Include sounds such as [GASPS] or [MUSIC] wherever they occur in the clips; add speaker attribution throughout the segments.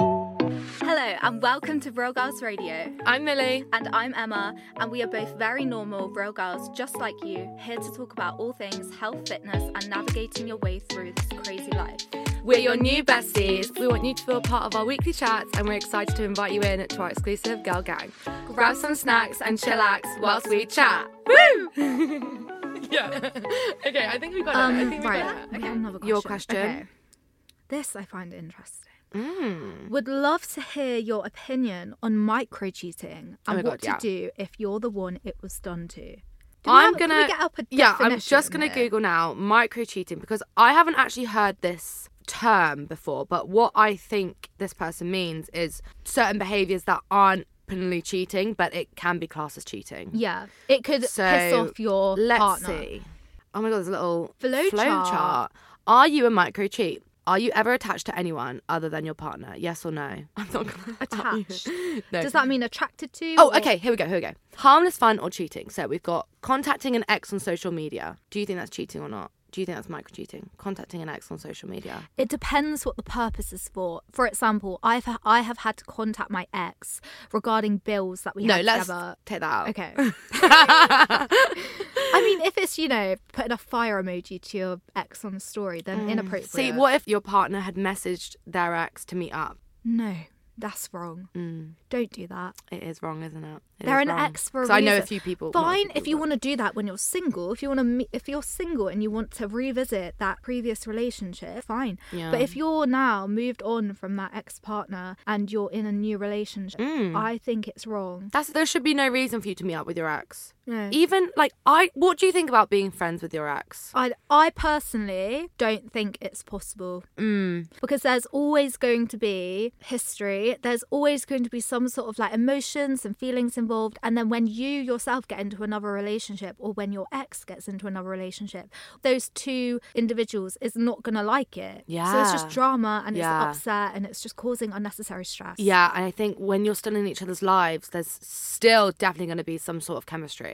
Speaker 1: Hello and welcome to Real Girls Radio.
Speaker 2: I'm Millie.
Speaker 1: And I'm Emma, and we are both very normal real girls just like you, here to talk about all things health, fitness, and navigating your way through this crazy life.
Speaker 2: We're your new besties. We want you to feel part of our weekly chats, and we're excited to invite you in to our exclusive girl gang. Grab some snacks and chillax whilst we chat. Woo! [LAUGHS] yeah. okay, I think we got it. I think we
Speaker 1: right,
Speaker 2: got
Speaker 1: we
Speaker 2: it.
Speaker 1: have another
Speaker 2: Um, Your question.
Speaker 1: Okay. This I find interesting.
Speaker 2: Mm.
Speaker 1: Would love to hear your opinion on micro cheating and
Speaker 2: Oh my
Speaker 1: what
Speaker 2: God,
Speaker 1: to
Speaker 2: yeah.
Speaker 1: do if you're the one it was done to. Do we
Speaker 2: I'm
Speaker 1: have- can
Speaker 2: gonna
Speaker 1: we get up a
Speaker 2: yeah. I'm just
Speaker 1: definition
Speaker 2: gonna
Speaker 1: here?
Speaker 2: Google now micro cheating because I haven't actually heard this term before. But what I think this person means is certain behaviors that aren't openly cheating, but it can be classed as cheating.
Speaker 1: Yeah, it could
Speaker 2: So,
Speaker 1: piss off your
Speaker 2: Let's
Speaker 1: partner.
Speaker 2: see. Oh my god, there's a little
Speaker 1: Flow
Speaker 2: flow,
Speaker 1: chart.
Speaker 2: chart. Are you a micro cheat? Are you ever attached to anyone other than your partner? Yes or no? [LAUGHS] I'm not gonna tell you.
Speaker 1: Attached.
Speaker 2: No.
Speaker 1: Does that mean attracted to?
Speaker 2: Oh,
Speaker 1: or-
Speaker 2: okay. Here we go. Here we go. Harmless fun or cheating. So we've got contacting an ex on social media. Do you think that's cheating or not? Do you think that's micro cheating? Contacting an ex on social media.
Speaker 1: It depends what the purpose is for. For example, I've ha- I have had to contact my ex regarding bills that we
Speaker 2: no, Oh.
Speaker 1: had
Speaker 2: let's
Speaker 1: together.
Speaker 2: take that out. [LAUGHS]
Speaker 1: Okay. I mean, if it's you know putting a fire emoji to your ex on a story, then inappropriate.
Speaker 2: Mm. See, what if your partner had messaged their ex to meet up?
Speaker 1: No, that's wrong.
Speaker 2: Mm,
Speaker 1: Don't do that.
Speaker 2: it is wrong, isn't it? It
Speaker 1: They're
Speaker 2: is
Speaker 1: an
Speaker 2: wrong.
Speaker 1: ex for a
Speaker 2: 'Cause I know a
Speaker 1: reason.
Speaker 2: few people. not a few
Speaker 1: Fine, if
Speaker 2: people,
Speaker 1: you
Speaker 2: but-
Speaker 1: want to do that when you're single, if you want to, me- if you're single and you want to revisit that previous relationship, fine.
Speaker 2: Yeah.
Speaker 1: But if you're now moved on from that ex partner and you're in a new relationship,
Speaker 2: Mm.
Speaker 1: I think it's wrong.
Speaker 2: That's there should be no reason for you to meet up with your ex.
Speaker 1: No.
Speaker 2: Even like I what do you think about being friends with your ex?
Speaker 1: I, I personally don't think it's possible
Speaker 2: Mm.
Speaker 1: because there's always going to be history. There's always going to be some sort of like emotions and feelings involved. And then when you yourself get into another relationship or when your ex gets into another relationship, those two individuals is not going to like it. So it's just
Speaker 2: Yeah.
Speaker 1: drama and
Speaker 2: Yeah.
Speaker 1: it's upset and it's just causing unnecessary stress.
Speaker 2: Yeah, and I think when you're still in each other's lives, there's still definitely going to be some sort of chemistry.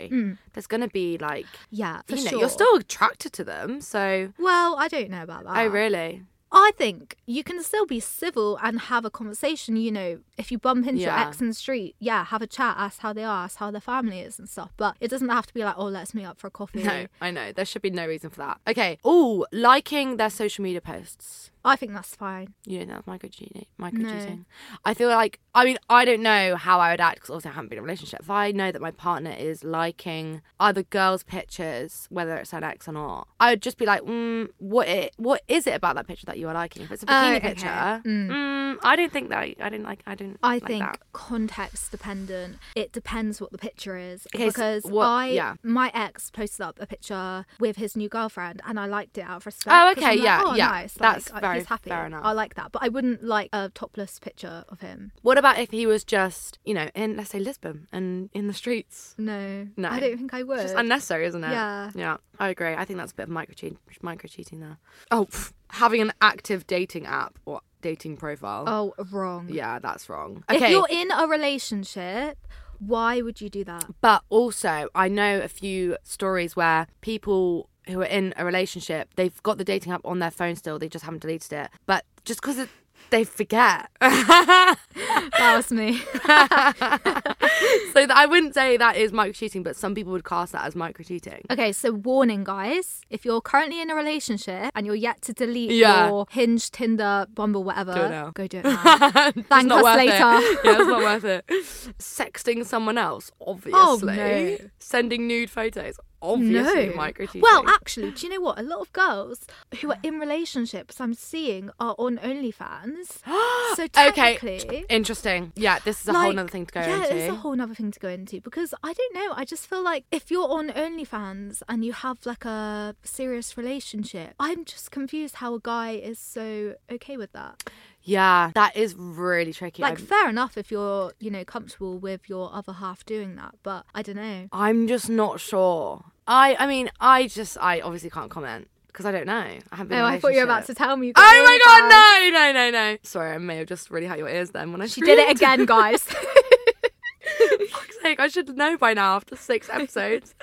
Speaker 2: There's going to be like
Speaker 1: Yeah. Mm. For
Speaker 2: you know,
Speaker 1: sure.
Speaker 2: you're still attracted to them, so
Speaker 1: Well, I don't know about that.
Speaker 2: oh really?
Speaker 1: I think you can still be civil and have a conversation. You know, if you bump into your
Speaker 2: Yeah.
Speaker 1: ex in the street, yeah, have a chat, ask how they are, ask how their family is and stuff. But it doesn't have to be like, oh, let's meet up for a coffee.
Speaker 2: No, I know. There should be no reason for that. Okay. Oh, liking their social media posts.
Speaker 1: I think that's fine.
Speaker 2: You don't know, micro cheating. Micro cheating. I feel like, I mean, I don't know how I would act because obviously I haven't been in a relationship. If I know that my partner is liking other girls' pictures, whether it's an ex or not, I would just be like, mm, what it, what is it about that picture that you are liking? If it's a
Speaker 1: Oh,
Speaker 2: bikini
Speaker 1: okay.
Speaker 2: picture,
Speaker 1: Mm.
Speaker 2: mm. I don't think that, I don't like, I don't
Speaker 1: I
Speaker 2: like
Speaker 1: think
Speaker 2: that.
Speaker 1: context dependent. It depends what the picture is.
Speaker 2: Okay, so
Speaker 1: because
Speaker 2: what-
Speaker 1: I,
Speaker 2: yeah.
Speaker 1: my ex posted up a picture with his new girlfriend and I liked it out of respect.
Speaker 2: Oh,
Speaker 1: 'cause I'm
Speaker 2: okay,
Speaker 1: like,
Speaker 2: yeah,
Speaker 1: oh,
Speaker 2: yeah.
Speaker 1: Nice. Like,
Speaker 2: That's
Speaker 1: uh,
Speaker 2: very-
Speaker 1: he's happy.
Speaker 2: fair enough.
Speaker 1: I like that. But I wouldn't like a topless picture of him.
Speaker 2: What about if he was just, you know, in, let's say, Lisbon and in the streets?
Speaker 1: No.
Speaker 2: No.
Speaker 1: I don't think I would.
Speaker 2: It's just unnecessary, isn't it?
Speaker 1: Yeah.
Speaker 2: Yeah, I agree. I think that's a bit of micro cheating, micro cheating there. Oh, pff, having an active dating app or dating profile.
Speaker 1: Oh, wrong.
Speaker 2: Yeah, that's wrong.
Speaker 1: If
Speaker 2: Okay.
Speaker 1: you're in a relationship, why would you do that?
Speaker 2: But also, I know a few stories where people who are in a relationship, they've got the dating app on their phone still, they just haven't deleted it. But just because they forget. [LAUGHS]
Speaker 1: That was me.
Speaker 2: so th- I wouldn't say that is micro cheating, but some people would class that as micro cheating.
Speaker 1: Okay, so warning, guys. If you're currently in a relationship and you're yet to delete
Speaker 2: Yeah.
Speaker 1: your Hinge, Tinder, Bumble, whatever,
Speaker 2: Do it now.
Speaker 1: go
Speaker 2: [LAUGHS]
Speaker 1: do it now. Thank us later.
Speaker 2: It. [LAUGHS]
Speaker 1: [LAUGHS]
Speaker 2: Yeah, it's not worth it. Sexting someone else, obviously.
Speaker 1: Oh, no.
Speaker 2: Sending nude photos, obviously micro cheating.
Speaker 1: Well, actually, do you know what? A lot of girls who are in relationships I'm seeing are on
Speaker 2: [GASPS]
Speaker 1: OnlyFans. so technically,
Speaker 2: okay, interesting. Yeah, this is a whole other thing to go
Speaker 1: yeah,
Speaker 2: into.
Speaker 1: it's a whole other thing to go into because I don't know. I just feel like if you're on OnlyFans and you have like a serious relationship, I'm just confused how a guy is so okay with that.
Speaker 2: yeah, that is really tricky.
Speaker 1: Like,
Speaker 2: I'm-
Speaker 1: fair enough if you're, you know, comfortable with your other half doing that, but I don't know.
Speaker 2: I'm just not sure. I I mean, I just I obviously can't comment because I don't know. I haven't been.
Speaker 1: No,
Speaker 2: in a
Speaker 1: Oh, I thought you were about to
Speaker 2: relationship.
Speaker 1: tell me. you got
Speaker 2: Oh my
Speaker 1: OnlyFans.
Speaker 2: god, no, no, no, no. Sorry, I may have just really hurt your ears then when I
Speaker 1: She did it again,
Speaker 2: [LAUGHS]
Speaker 1: guys.
Speaker 2: fuck's sake, I should know by now after six
Speaker 1: [LAUGHS]
Speaker 2: episodes.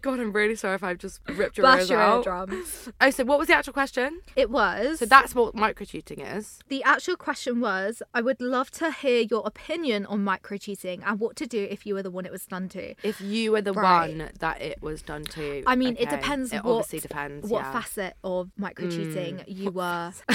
Speaker 2: God, I'm really sorry if I've just ripped your
Speaker 1: Blast
Speaker 2: ears
Speaker 1: your
Speaker 2: out.
Speaker 1: eardrum.
Speaker 2: Oh, so what was the actual question?
Speaker 1: It was.
Speaker 2: So that's what micro cheating is.
Speaker 1: The actual question was I would love to hear your opinion on micro cheating and what to do if you were the one it was done to.
Speaker 2: If you were the
Speaker 1: Right.
Speaker 2: one that it was done to,
Speaker 1: I mean, it
Speaker 2: okay.
Speaker 1: depends.
Speaker 2: It
Speaker 1: what,
Speaker 2: obviously depends.
Speaker 1: What
Speaker 2: yeah. Mm.
Speaker 1: facet of micro cheating you were
Speaker 2: [LAUGHS]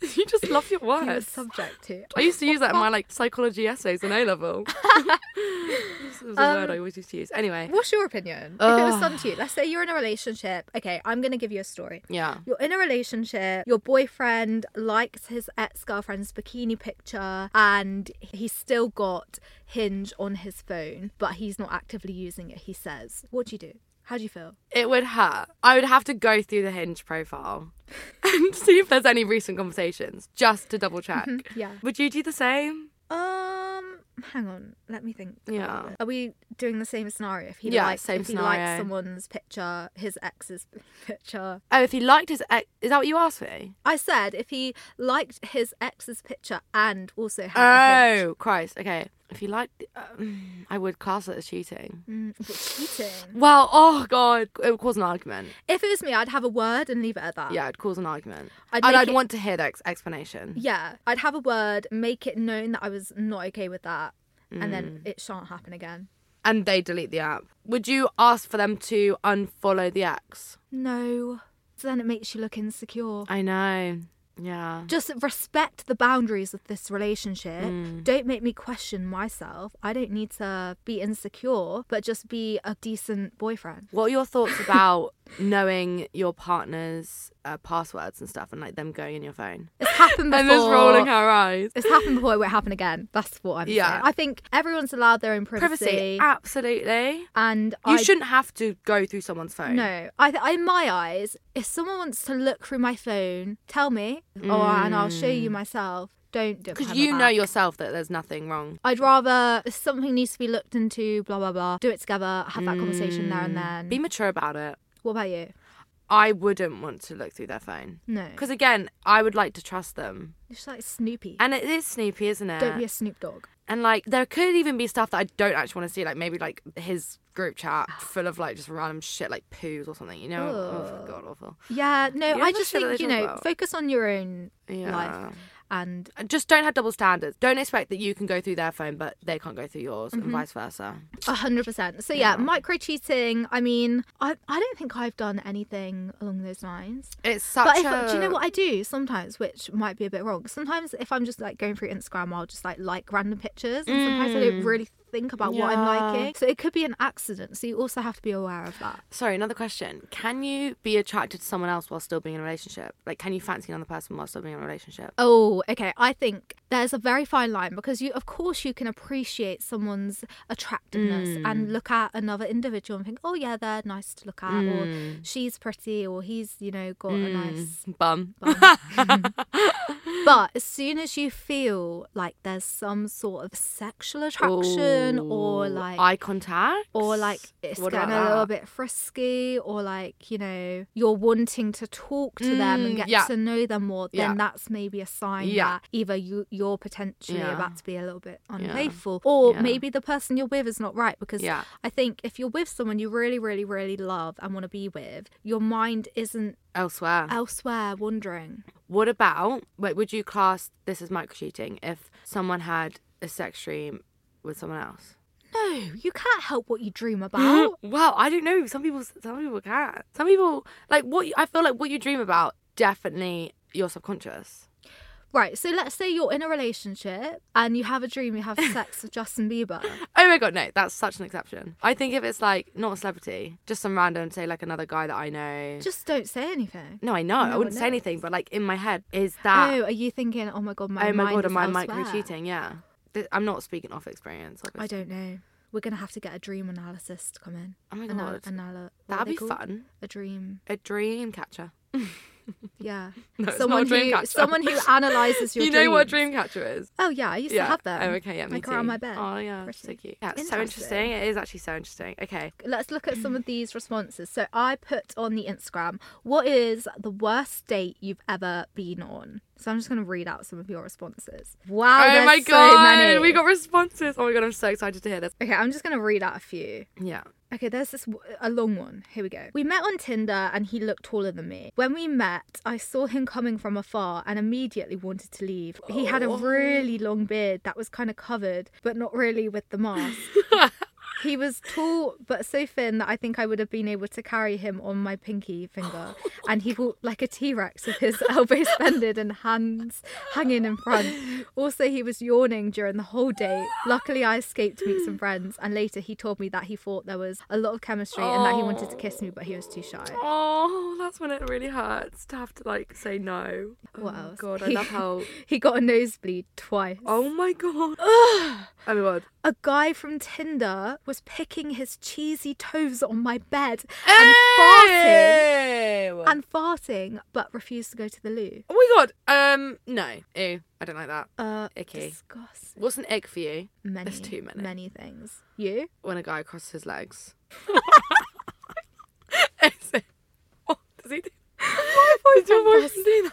Speaker 2: you just love your
Speaker 1: [LAUGHS] you were
Speaker 2: words.
Speaker 1: subject to.
Speaker 2: I used to use that
Speaker 1: [LAUGHS]
Speaker 2: in my like psychology essays in A level. [LAUGHS] this is a word I
Speaker 1: Um,
Speaker 2: always used to use. Anyway,
Speaker 1: What's your opinion? If it was done to you, let's say you're in a relationship. Okay, I'm going to give you a story.
Speaker 2: yeah,
Speaker 1: You're in a relationship, your boyfriend likes his ex girlfriend's bikini picture, and he's still got Hinge on his phone, but he's not actively using it, he says. What do you do? How do you feel?
Speaker 2: it would hurt. I would have to go through the Hinge profile [LAUGHS] and see if there's any recent conversations just to double check.
Speaker 1: Mm-hmm. yeah.
Speaker 2: Would you do the same?
Speaker 1: Um, hang on, let me think. about
Speaker 2: Yeah.
Speaker 1: this. Are we doing the same scenario? If he
Speaker 2: Yeah,
Speaker 1: likes,
Speaker 2: same
Speaker 1: if he likes
Speaker 2: scenario.
Speaker 1: someone's picture, his ex's [LAUGHS] picture.
Speaker 2: Oh, if he liked his ex, is that what you asked me?
Speaker 1: I said if he liked his ex's picture and also had a
Speaker 2: Oh, Christ. Okay. If he liked, um, I would class it as cheating.
Speaker 1: Hinge. Mm, but cheating.
Speaker 2: Well, oh God, it would cause an argument.
Speaker 1: If it was me, I'd have a word and leave it at that.
Speaker 2: Yeah, it'd cause an argument.
Speaker 1: Ah. I'd
Speaker 2: and
Speaker 1: make
Speaker 2: I'd
Speaker 1: it-
Speaker 2: want to hear the ex- explanation.
Speaker 1: Yeah, I'd have a word, make it known that I was not okay with that, and then
Speaker 2: Mm.
Speaker 1: it shan't happen again.
Speaker 2: and they delete the app, would you ask for them to unfollow the ex?
Speaker 1: No. So then it makes you look insecure.
Speaker 2: I know. Yeah.
Speaker 1: just respect the boundaries of this relationship.
Speaker 2: Mm.
Speaker 1: Don't make me question myself. I don't need to be insecure, but just be a decent boyfriend.
Speaker 2: What are your thoughts about knowing your partner's uh, passwords and stuff and like them going in your phone? [LAUGHS]
Speaker 1: It's happened before.
Speaker 2: her eyes.
Speaker 1: It's happened before. It won't happen again. That's what I'm
Speaker 2: Yeah.
Speaker 1: saying. I think everyone's allowed their own privacy.
Speaker 2: Privacy. Absolutely.
Speaker 1: and
Speaker 2: You
Speaker 1: I
Speaker 2: shouldn't have to go through someone's phone.
Speaker 1: No, I th- in my eyes, if someone wants to look through my phone, tell me, or and I'll show you myself. Don't do it
Speaker 2: Because
Speaker 1: behind my
Speaker 2: Mm. you know
Speaker 1: back.
Speaker 2: yourself that there's nothing wrong.
Speaker 1: I'd rather if something needs to be looked into. Blah blah blah. Do it together. Have that conversation there and then.
Speaker 2: Mm. Be mature about it.
Speaker 1: what about you?
Speaker 2: I wouldn't want to look through their phone.
Speaker 1: No.
Speaker 2: Because again, I would like to trust them.
Speaker 1: It's like Snoopy.
Speaker 2: And it is sneaky, isn't it?
Speaker 1: Don't be a Snoop Dogg.
Speaker 2: And like there could even be stuff that I don't actually want to see, like maybe like his group
Speaker 1: [SIGHS]
Speaker 2: chat full of like just random shit like poos or something, you know? Oh, god awful.
Speaker 1: Yeah, no,
Speaker 2: You
Speaker 1: I
Speaker 2: have a
Speaker 1: just
Speaker 2: shit that
Speaker 1: think,
Speaker 2: they
Speaker 1: you
Speaker 2: talk
Speaker 1: know,
Speaker 2: about.
Speaker 1: focus on your own
Speaker 2: Yeah.
Speaker 1: life. And
Speaker 2: And Just don't have double standards. Don't expect that you can go through their phone but they can't go through yours
Speaker 1: Mm-hmm.
Speaker 2: and vice versa.
Speaker 1: a 100%. So, yeah, micro cheating. I mean, I, I don't think I've done anything along those lines.
Speaker 2: It's such
Speaker 1: but if,
Speaker 2: a
Speaker 1: do you know what I do sometimes, which might be a bit wrong? Sometimes if I'm just like going through Instagram, I'll just like like random pictures, and sometimes I don't really think about what I'm
Speaker 2: Mm. Yeah.
Speaker 1: liking. So it could be an accident. So you also have to be aware of that.
Speaker 2: Sorry, another question. Can you be attracted to someone else while still being in a relationship? Like can you fancy another person while still being in a relationship?
Speaker 1: Oh, okay. I think there's a very fine line because you, of course, you can appreciate someone's attractiveness and look at another individual and think, oh yeah, they're nice to look at, or she's pretty, or he's, you know, got a nice. [LAUGHS]
Speaker 2: [LAUGHS] Bum.
Speaker 1: But as soon as you feel like there's some sort of sexual attraction, or
Speaker 2: Ooh,
Speaker 1: like.
Speaker 2: eye contact.
Speaker 1: or like it's
Speaker 2: What
Speaker 1: getting
Speaker 2: about
Speaker 1: a little
Speaker 2: that?
Speaker 1: bit frisky or like you know you're wanting to talk to them and
Speaker 2: Mm,
Speaker 1: get
Speaker 2: yeah.
Speaker 1: to know them more then
Speaker 2: Yeah.
Speaker 1: that's maybe a sign
Speaker 2: Yeah.
Speaker 1: that either you you're potentially
Speaker 2: Yeah.
Speaker 1: about to be a little bit unfaithful or
Speaker 2: Yeah.
Speaker 1: maybe the person you're with is not right because
Speaker 2: Yeah.
Speaker 1: i think if you're with someone you really really really love and want to be with your mind isn't
Speaker 2: elsewhere.
Speaker 1: Uh, elsewhere wandering.
Speaker 2: What about like would you class this as micro cheating if someone had a sex dream with someone else?
Speaker 1: No, you can't help what you
Speaker 2: [GASPS]
Speaker 1: dream about.
Speaker 2: Mm, Wow, I don't know. Some people some people can. Some people like what you- I feel like what you dream about definitely your subconscious.
Speaker 1: right, so let's say you're in a relationship and you have a dream you have sex with Justin Bieber.
Speaker 2: Oh my god, no, that's such an exception. I think if it's like not a celebrity, just some random, say like another guy that I know.
Speaker 1: Just don't say anything.
Speaker 2: no, I know. I
Speaker 1: No
Speaker 2: wouldn't
Speaker 1: one
Speaker 2: say
Speaker 1: knows.
Speaker 2: anything, but like in my head is that
Speaker 1: oh, are you thinking, oh my god, my
Speaker 2: oh my
Speaker 1: mind
Speaker 2: god,
Speaker 1: is
Speaker 2: am I
Speaker 1: elsewhere?
Speaker 2: micro cheating? Yeah. Th- I'm not speaking off experience.
Speaker 1: I
Speaker 2: Obviously.
Speaker 1: don't know. We're gonna have to get a dream analysis to come in.
Speaker 2: Oh my
Speaker 1: Anal-
Speaker 2: god,
Speaker 1: anal- what are
Speaker 2: that'd
Speaker 1: they
Speaker 2: be
Speaker 1: called?
Speaker 2: fun.
Speaker 1: A dream.
Speaker 2: A dream catcher. [LAUGHS]
Speaker 1: Yeah.
Speaker 2: No, it's
Speaker 1: someone
Speaker 2: not a dream
Speaker 1: who
Speaker 2: catcher.
Speaker 1: someone
Speaker 2: [LAUGHS]
Speaker 1: who analyzes your
Speaker 2: you know what
Speaker 1: dreams.
Speaker 2: Dreamcatcher is?
Speaker 1: Oh yeah, I used
Speaker 2: yeah.
Speaker 1: to have them.
Speaker 2: Oh, okay, yeah, me
Speaker 1: like
Speaker 2: too.
Speaker 1: around my bed.
Speaker 2: Oh, yeah,
Speaker 1: Pretty.
Speaker 2: so cute. Yeah, it's so
Speaker 1: Interesting.
Speaker 2: interesting. It is actually so interesting. Okay,
Speaker 1: Let's look at some
Speaker 2: [LAUGHS]
Speaker 1: of these responses. So I put on the Instagram, what is the worst date you've ever been on? So I'm just gonna read out some of your responses. Wow,
Speaker 2: oh
Speaker 1: there's
Speaker 2: my
Speaker 1: so
Speaker 2: god,
Speaker 1: many.
Speaker 2: we got responses. Oh my god, I'm so excited to hear this.
Speaker 1: Okay, I'm just gonna read out a few.
Speaker 2: Yeah.
Speaker 1: Okay, there's this w- a long one. Here we go. We met on Tinder and he looked taller than me. When we met, I saw him coming from afar and immediately wanted to leave. He had a really long beard that was kind of covered, but not really with the mask. he was tall but so thin that I think I would have been able to carry him on my pinky
Speaker 2: [LAUGHS]
Speaker 1: finger. and he walked like a T-Rex with his [LAUGHS] elbows bended and hands hanging in front. Also, he was yawning during the whole date. Luckily, I escaped to meet some friends. And later, he told me that he thought there was a lot of chemistry and that he wanted to kiss me, but he was too shy.
Speaker 2: Oh, that's when it really hurts to have to like say no.
Speaker 1: What
Speaker 2: oh my
Speaker 1: else?
Speaker 2: God, I
Speaker 1: He-
Speaker 2: love how.
Speaker 1: [LAUGHS] He got a nosebleed twice.
Speaker 2: Oh my god. oh my god.
Speaker 1: A guy from Tinder was picking his cheesy toes on my bed and farting.
Speaker 2: Ew.
Speaker 1: and farting, but refused to go to the loo.
Speaker 2: oh my god. Um, no. Ew. I don't like that.
Speaker 1: Uh,
Speaker 2: Icky.
Speaker 1: Disgust.
Speaker 2: What's an egg for you?
Speaker 1: Many,
Speaker 2: There's too many.
Speaker 1: Many things. You?
Speaker 2: when a guy crosses his [LAUGHS] legs. Is it- what does he do? Does your
Speaker 1: boyfriend
Speaker 2: boyfriend do that?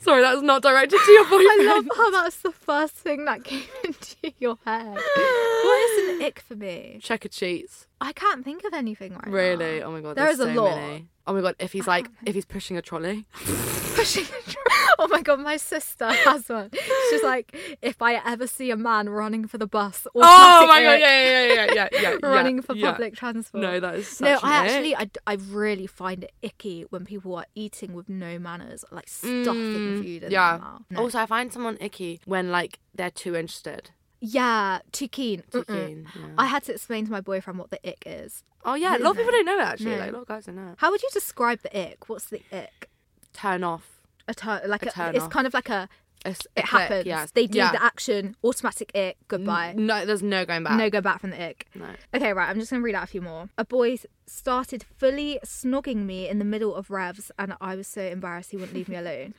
Speaker 2: [LAUGHS] Sorry, that was not directed to [LAUGHS] your boyfriend.
Speaker 1: I [LAUGHS] love how that's the first thing that
Speaker 2: [LAUGHS]
Speaker 1: came into your head. What is an ick for me?
Speaker 2: Checkered sheets.
Speaker 1: I can't think of anything right now.
Speaker 2: Really? Oh my god.
Speaker 1: There
Speaker 2: there's
Speaker 1: is a
Speaker 2: so
Speaker 1: lot.
Speaker 2: many. Oh my god. If he's like, if he's pushing a [LAUGHS] trolley.
Speaker 1: [LAUGHS] Pushing a tr- Oh my god, my sister has one. She's like, if I ever see a man running for the bus, or
Speaker 2: Oh my god. Yeah, yeah, yeah, yeah, yeah, [LAUGHS] yeah. yeah,
Speaker 1: [LAUGHS] running for
Speaker 2: yeah.
Speaker 1: public transport.
Speaker 2: No, that is such
Speaker 1: no,
Speaker 2: an
Speaker 1: I
Speaker 2: ick.
Speaker 1: actually, I, d- I really find it icky when people are eating with no manners, like stuffing
Speaker 2: Mm,
Speaker 1: food in
Speaker 2: yeah.
Speaker 1: their mouth. No.
Speaker 2: Also, I find someone icky when like they're too interested.
Speaker 1: yeah, too keen.
Speaker 2: Too
Speaker 1: Mm-mm.
Speaker 2: keen, yeah.
Speaker 1: I had to explain to my boyfriend what the ick is.
Speaker 2: Oh yeah, a lot of people don't know that actually.
Speaker 1: No.
Speaker 2: Like a lot of guys don't know.
Speaker 1: How would you describe the ick? What's the ick?
Speaker 2: Turn off.
Speaker 1: A turn, like
Speaker 2: A
Speaker 1: a,
Speaker 2: turn
Speaker 1: it's
Speaker 2: off.
Speaker 1: kind of like a
Speaker 2: It's-
Speaker 1: it
Speaker 2: it's like,
Speaker 1: happens.
Speaker 2: yeah.
Speaker 1: They do
Speaker 2: Yeah.
Speaker 1: the action, automatic ick, goodbye.
Speaker 2: No, there's no going back.
Speaker 1: No go back from the ick.
Speaker 2: No.
Speaker 1: Okay, right, I'm just gonna read out a few more. A boy s- started fully snogging me in the middle of revs and I was so embarrassed he wouldn't leave me
Speaker 2: [LAUGHS]
Speaker 1: alone.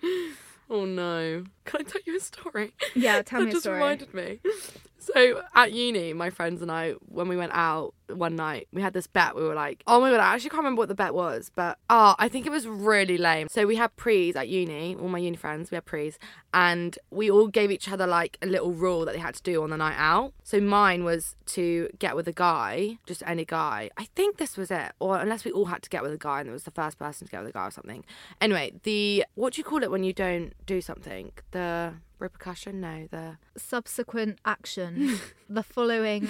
Speaker 2: Oh no. Can I tell you a story?
Speaker 1: Yeah, tell
Speaker 2: that
Speaker 1: me a
Speaker 2: just
Speaker 1: story.
Speaker 2: reminded me. So at uni, my friends and I, when we went out one night, we had this bet. We were like, oh my god, I actually can't remember what the bet was, but oh, I think it was really lame. So we had pre's at uni, all my uni friends, we had pre's, and we all gave each other like a little rule that they had to do on the night out. So mine was to get with a guy, just any guy. I think this was it, or unless we all had to get with a guy and it was the first person to get with a guy or something. Anyway, the what do you call it when you don't do something? The repercussion? No, the
Speaker 1: Subsequent
Speaker 2: [LAUGHS]
Speaker 1: action, the following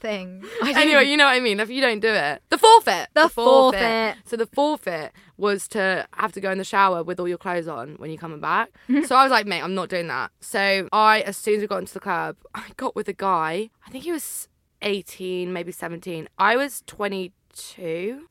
Speaker 1: thing. I don't-
Speaker 2: anyway, you know what I mean. If you don't do it, the forfeit.
Speaker 1: The forfeit.
Speaker 2: So the forfeit was to have to go in the shower with all your clothes on when you're coming back. so I was like, mate, I'm not doing that. So I, as soon as we got into the club, [LAUGHS] I got with a guy. I think he was 18, maybe 17. I was 22.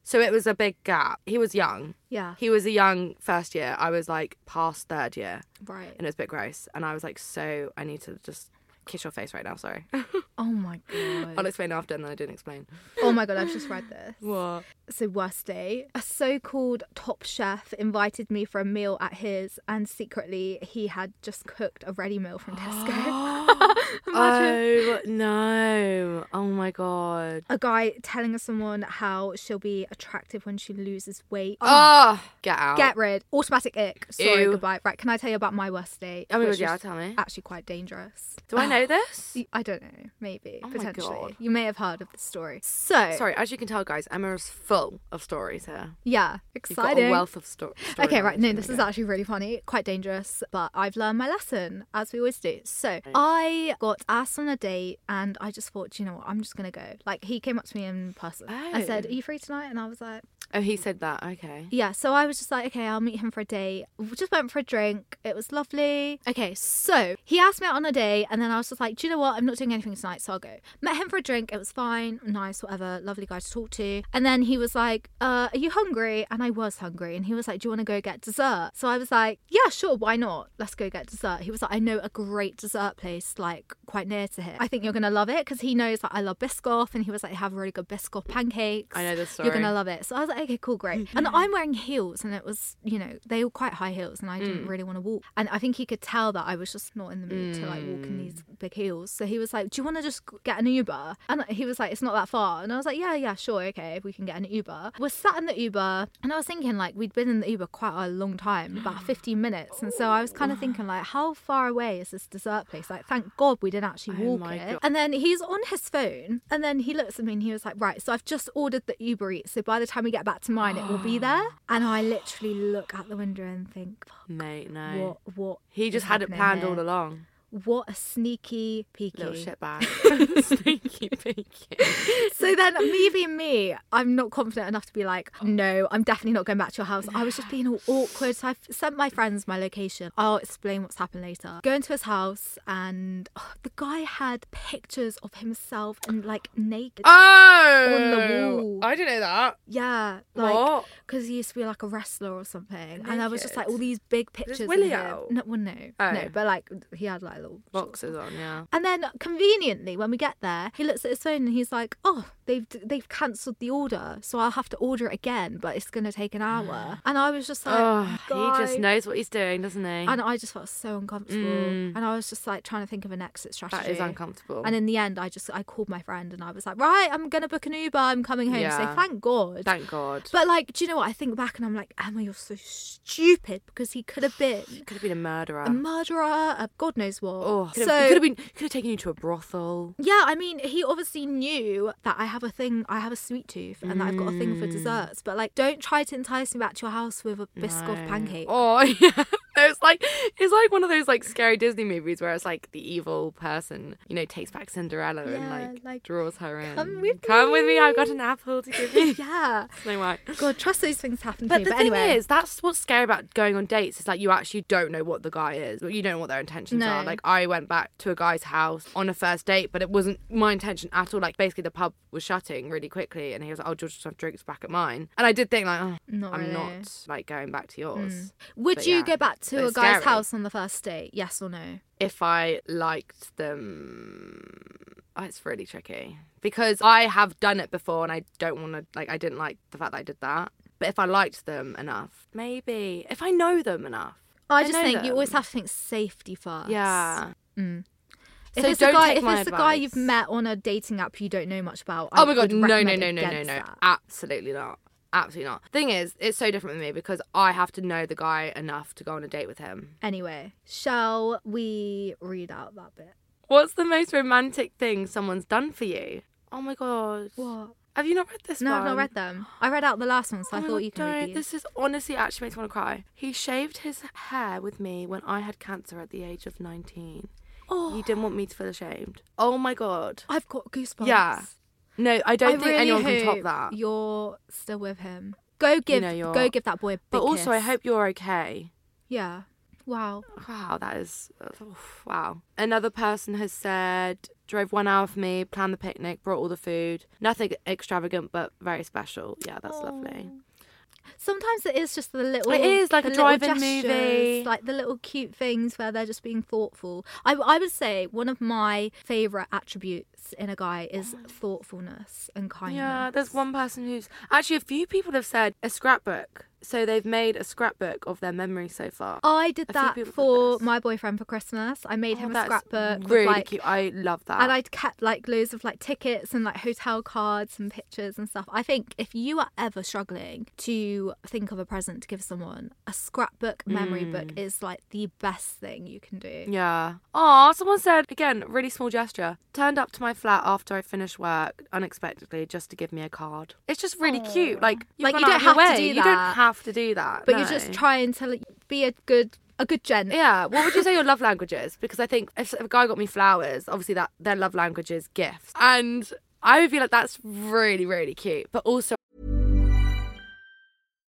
Speaker 2: So it was a big gap. He was young.
Speaker 1: yeah,
Speaker 2: He was a young first year. I was like past third year,
Speaker 1: right.
Speaker 2: and it was a bit gross. And I was like, so I need to just kiss your face right now. Sorry, [LAUGHS]
Speaker 1: Oh my god.
Speaker 2: I'll explain after, and then I didn't explain.
Speaker 1: Oh my god, I've just read this.
Speaker 2: [LAUGHS] What?
Speaker 1: So worst day. A so-called top chef invited me for a meal at his, and secretly he had
Speaker 2: [GASPS]
Speaker 1: just cooked a ready meal from Tesco. [LAUGHS] Imagine.
Speaker 2: Oh no! Oh Oh my god.
Speaker 1: A guy telling someone how she'll be attractive when she loses weight.
Speaker 2: Oh, get out.
Speaker 1: Ah, Get rid. Automatic ick. Sorry,
Speaker 2: Ew.
Speaker 1: goodbye. Right, can I tell you about my worst date?
Speaker 2: Oh my
Speaker 1: which
Speaker 2: God, yeah,
Speaker 1: was
Speaker 2: tell me.
Speaker 1: Actually, quite dangerous.
Speaker 2: Do I know this?
Speaker 1: I don't know. Maybe
Speaker 2: Oh my
Speaker 1: potentially.
Speaker 2: God.
Speaker 1: You may have heard of the story. So
Speaker 2: Sorry, as you can tell, guys, Emma's full of stories here.
Speaker 1: yeah,
Speaker 2: You've got
Speaker 1: exciting.
Speaker 2: a wealth of sto- stories.
Speaker 1: Okay, right. No, this is actually really funny, quite dangerous, but I've learned my lesson as we always do. So I got asked on a date, and I just thought, "Do you know what, I'm just gonna go. Like he came up to me in person. I said,
Speaker 2: Oh.
Speaker 1: "Are you free tonight?" And I was like,
Speaker 2: Oh, he said that. Okay.
Speaker 1: Yeah, so I was just like, okay, I'll meet him for a date. We just went for a drink. It was lovely. Okay, so he asked me out on a date, and then I was just like, do you know what? I'm not doing anything tonight, so I'll go. Met him for a drink. It was fine, nice, whatever. Lovely guy to talk to. And then he was like, uh, are you hungry? And I was hungry. And he was like, do you want to go get dessert? So I was like, yeah, sure, why not? Let's go get dessert. He was like, I know a great dessert place, like quite near to here. I think you're going to love it because he knows that I love Biscoff, and he was like, they have really good Biscoff pancakes.
Speaker 2: I know this
Speaker 1: You're going to
Speaker 2: story.
Speaker 1: love love it. So I was like, okay, cool, great.
Speaker 2: Mm-hmm.
Speaker 1: And I'm wearing heels, and it was, you know, they were quite high heels, and I didn't
Speaker 2: Mm.
Speaker 1: really want to walk. And I think he could tell that I was just not in the mood to like walk
Speaker 2: Mm.
Speaker 1: in these big heels. So he was like, do you want to just get an Uber? And he was like, it's not that far. And I was like, yeah, yeah, sure, okay, if we can get an Uber. We're sat in the Uber, and I was thinking like we'd been in the Uber quite a long time,
Speaker 2: [GASPS]
Speaker 1: about 15 minutes. And so I was kind of thinking like, how far away is this dessert place? Like, thank God we didn't actually
Speaker 2: Oh
Speaker 1: walk
Speaker 2: my
Speaker 1: it.
Speaker 2: God.
Speaker 1: And then he's on his phone, and then he looks at me and he was like, Right, so I've just ordered the Uber Eats. So by the time we get back to mine, it will be
Speaker 2: [GASPS]
Speaker 1: there. And I literally look out the window and think, "Fuck,
Speaker 2: Mate, no.
Speaker 1: What, what?
Speaker 2: He
Speaker 1: is
Speaker 2: just had it
Speaker 1: happening
Speaker 2: planned
Speaker 1: here?
Speaker 2: all along.
Speaker 1: What a sneaky peeky.
Speaker 2: Little shitbag. [LAUGHS] Sneaky peeky.
Speaker 1: [LAUGHS] So then, me being me, I'm not confident enough to be like, no, I'm definitely not going back to your house. I was just being all awkward. So I f- sent my friends my location. I'll explain what's happened later. Go into his house, and oh, the guy had pictures of himself and like naked.
Speaker 2: Oh!
Speaker 1: wall.
Speaker 2: I didn't know that.
Speaker 1: Yeah, like
Speaker 2: What?
Speaker 1: because he used to be like a wrestler or something, and I was just like all these big pictures. of
Speaker 2: Willy
Speaker 1: him.
Speaker 2: out?
Speaker 1: No, well, no,
Speaker 2: Oh.
Speaker 1: no, but like he had like little shorts
Speaker 2: Boxes on, yeah.
Speaker 1: and then conveniently, when we get there, he looks at his phone and he's like, "Oh, they've they've cancelled the order, so I'll have to order it again, but it's gonna take an
Speaker 2: [SIGHS]
Speaker 1: hour." And I was just like,
Speaker 2: Oh, he
Speaker 1: "Guy."
Speaker 2: just knows what he's doing, doesn't he?
Speaker 1: And I just felt so uncomfortable, and I was just like trying to think of an exit strategy.
Speaker 2: Mm. That is uncomfortable.
Speaker 1: And in the end, I just I called my friend and I was like, "Right, I'm gonna book an Uber. I'm coming home." So
Speaker 2: Yeah.
Speaker 1: thank God.
Speaker 2: Thank God.
Speaker 1: but like, do you know what? I think back and I'm like, Emma, you're so stupid because he could have been
Speaker 2: could have been a murderer.
Speaker 1: a murderer, a God knows what.
Speaker 2: oh, could have,
Speaker 1: So-
Speaker 2: could have been. Could have taken you to a brothel.
Speaker 1: Yeah, I mean, he obviously knew that I have a thing, I have a sweet tooth, and that I've got a thing for
Speaker 2: Mm.
Speaker 1: desserts. But like, don't try to entice me back to your house with a biscoff pancake.
Speaker 2: Oh [LAUGHS] yeah, it's like it's like one of those like scary Disney movies where it's like the evil person, you know, takes back Cinderella
Speaker 1: Yeah,
Speaker 2: and like,
Speaker 1: like,
Speaker 2: draws her in.
Speaker 1: "Come with
Speaker 2: Come with me. I've got
Speaker 1: me."
Speaker 2: an apple to
Speaker 1: [LAUGHS]
Speaker 2: give you.
Speaker 1: [LAUGHS] yeah.
Speaker 2: No way.
Speaker 1: God, trust those things happen to
Speaker 2: But
Speaker 1: me.
Speaker 2: the
Speaker 1: but
Speaker 2: thing
Speaker 1: anyway,
Speaker 2: is, that's what's scary about going on dates. Is like you actually don't know what the guy is. You don't know what their intentions
Speaker 1: No.
Speaker 2: are. Like I went back to a guy's house on a first date, but it wasn't my intention at all. Like basically the pub was shutting really quickly, and he was like, "Oh, do you just have drinks back at mine." And I did think like, "Oh,
Speaker 1: Not
Speaker 2: I'm
Speaker 1: really. Hmm.
Speaker 2: not like going back to yours."
Speaker 1: would
Speaker 2: but
Speaker 1: you
Speaker 2: yeah,
Speaker 1: go back
Speaker 2: but
Speaker 1: to a
Speaker 2: it's
Speaker 1: guy's
Speaker 2: scary.
Speaker 1: house on the first date? Yes or no?
Speaker 2: if I liked them. Oh, it's really tricky because I have done it before and I don't want to, like, I didn't like the fact that I did that. But if I liked them enough, maybe. If I know them enough.
Speaker 1: I just
Speaker 2: know
Speaker 1: think you always
Speaker 2: them.
Speaker 1: have to think safety first. Mm.
Speaker 2: Yeah.
Speaker 1: If
Speaker 2: So
Speaker 1: it's a
Speaker 2: don't
Speaker 1: guy,
Speaker 2: take
Speaker 1: if
Speaker 2: my
Speaker 1: it's a guy you've
Speaker 2: advice.
Speaker 1: met on a dating app you don't know much about. I
Speaker 2: oh my God.
Speaker 1: would
Speaker 2: No, no, no,
Speaker 1: recommend
Speaker 2: no, no, no.
Speaker 1: against that.
Speaker 2: Absolutely not. Absolutely not. Thing is, it's so different with me because I have to know the guy enough to go on a date with him.
Speaker 1: Anyway, shall we read out that bit?
Speaker 2: What's the most romantic thing someone's done for you? Oh my God.
Speaker 1: What?
Speaker 2: Have you not read this
Speaker 1: No,
Speaker 2: one?
Speaker 1: I've not read them. I read out the last one, so I
Speaker 2: Oh my
Speaker 1: thought
Speaker 2: God,
Speaker 1: you can read
Speaker 2: don't.
Speaker 1: these.
Speaker 2: This is honestly actually makes me want to cry. He shaved his hair with me when I had cancer at the age of 19. He didn't want me to feel ashamed. Oh my god.
Speaker 1: I've got goosebumps.
Speaker 2: Yeah. No, I don't think
Speaker 1: really
Speaker 2: anyone can top
Speaker 1: hope
Speaker 2: that.
Speaker 1: You're still with him. Go give
Speaker 2: know you're-
Speaker 1: go give that boy a big
Speaker 2: But also, I
Speaker 1: kiss.
Speaker 2: hope you're okay.
Speaker 1: Yeah. Wow.
Speaker 2: Wow, that is uh, oof, wow. Another person has said drove one hour for me, planned the picnic, brought all the food. Nothing extravagant, but very special. Yeah, that's lovely.
Speaker 1: Sometimes it is just the little
Speaker 2: It is like
Speaker 1: the
Speaker 2: a
Speaker 1: little
Speaker 2: drive-in
Speaker 1: gestures,
Speaker 2: movie.
Speaker 1: Like the little cute things where they're just being thoughtful. I I would say one of my favourite attributes in a guy
Speaker 2: [GASPS]
Speaker 1: is thoughtfulness and kindness.
Speaker 2: Yeah, there's one person who's actually a few people have said a scrapbook. So they've made a scrapbook of their memories so far.
Speaker 1: I did
Speaker 2: A few
Speaker 1: that
Speaker 2: people did
Speaker 1: for
Speaker 2: this. Oh,
Speaker 1: my boyfriend for Christmas. I Oh, made him a
Speaker 2: that's
Speaker 1: scrapbook. with,
Speaker 2: Really
Speaker 1: like,
Speaker 2: cute. I love that.
Speaker 1: And I'd kept like loads of like tickets and like hotel cards and pictures and stuff. I think if you are ever struggling to think of a present to give someone, a scrapbook memory book
Speaker 2: Mm.
Speaker 1: is like the best thing you can do.
Speaker 2: Yeah. Oh, someone said again, really small gesture. Turned up to my flat after I finished work unexpectedly just to give me a card. It's just really cute. Like, you've
Speaker 1: Like,
Speaker 2: gone
Speaker 1: you don't
Speaker 2: out of your
Speaker 1: have to
Speaker 2: way.
Speaker 1: do
Speaker 2: You don't
Speaker 1: that.
Speaker 2: have to do that.
Speaker 1: But you're just
Speaker 2: no.
Speaker 1: trying to like, be a good a good gent.
Speaker 2: Yeah. What would you say your love language is? Because I think if a guy got me flowers, obviously that their love language is gifts, and I would be like, that's really really cute. But also,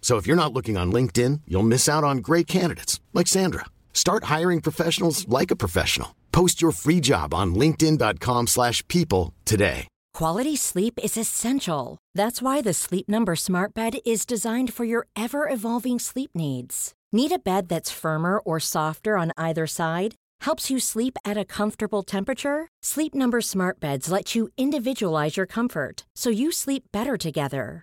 Speaker 3: So if you're not looking on LinkedIn, you'll miss out on great candidates like Sandra. Start hiring professionals like a professional. Post your free job on linkedin.com/people slash people today.
Speaker 4: Quality sleep is essential. That's why the Sleep Number Smart Bed is designed for your ever evolving sleep needs. Need a bed that's firmer or softer on either side? Helps you sleep at a comfortable temperature? Sleep Number Smart Beds let you individualize your comfort so you sleep better together.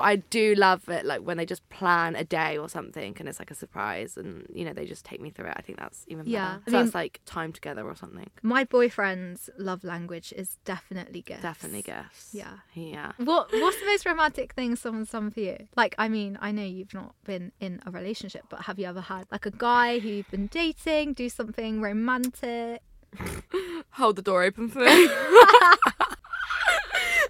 Speaker 2: I do love it, like when they just plan a day or something, and it's like a surprise, and you know they just take me through it. I think that's even better.
Speaker 1: Yeah. I
Speaker 2: So
Speaker 1: mean-
Speaker 2: that's like time together or something.
Speaker 1: My boyfriend's love language is definitely gifts.
Speaker 2: Definitely gifts.
Speaker 1: Yeah.
Speaker 2: Yeah.
Speaker 1: What What's the most romantic thing someone's done for you? Like, I mean, I know you've not been in a relationship, but have you ever had like a guy who you've been dating do something romantic?
Speaker 2: hold the door open for
Speaker 1: [LAUGHS]
Speaker 2: me. [LAUGHS]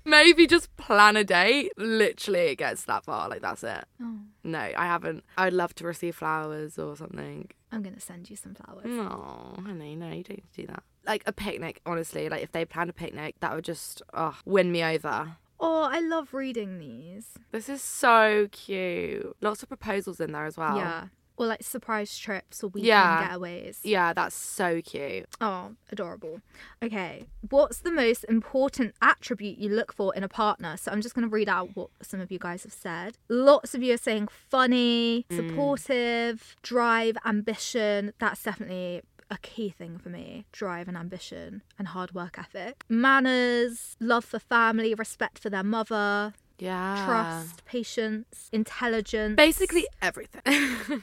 Speaker 2: Maybe just plan a date. Literally, it gets that far. Like, that's it.
Speaker 1: Oh,
Speaker 2: No, I haven't. I'd love to receive flowers or something.
Speaker 1: I'm gonna send you some flowers.
Speaker 2: Mm. No, honey, no, you don't need to do that. Like, a picnic, honestly. Like, if they planned a picnic, that would just oh, win me over.
Speaker 1: Oh, I love reading these.
Speaker 2: This is so cute. Lots of proposals in there as well.
Speaker 1: Yeah. Or like surprise trips or weekend
Speaker 2: Yeah.
Speaker 1: getaways.
Speaker 2: Yeah, that's so cute.
Speaker 1: Oh, adorable. Okay. What's the most important attribute you look for in a partner? So I'm just going to read out what some of you guys have said. Lots of you are saying funny, supportive, drive, ambition. That's definitely a key thing for me drive and ambition and hard work ethic. Manners, love for family, respect for their mother,
Speaker 2: Yeah.
Speaker 1: trust, patience, intelligence.
Speaker 2: Ah. Basically
Speaker 1: [LAUGHS]
Speaker 2: everything.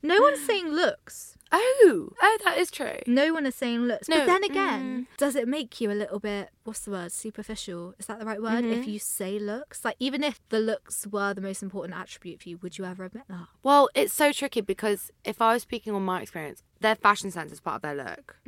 Speaker 1: no one's saying looks.
Speaker 2: oh, oh, that is true.
Speaker 1: No one is saying looks.
Speaker 2: No,
Speaker 1: But then again, does it make you a little bit, what's the word, superficial? Is that the right word? If you say looks? Like, even if the looks were the most important attribute for you, would you ever admit that?
Speaker 2: Well, it's so tricky because if I was speaking on my experience, their fashion sense is part of their look,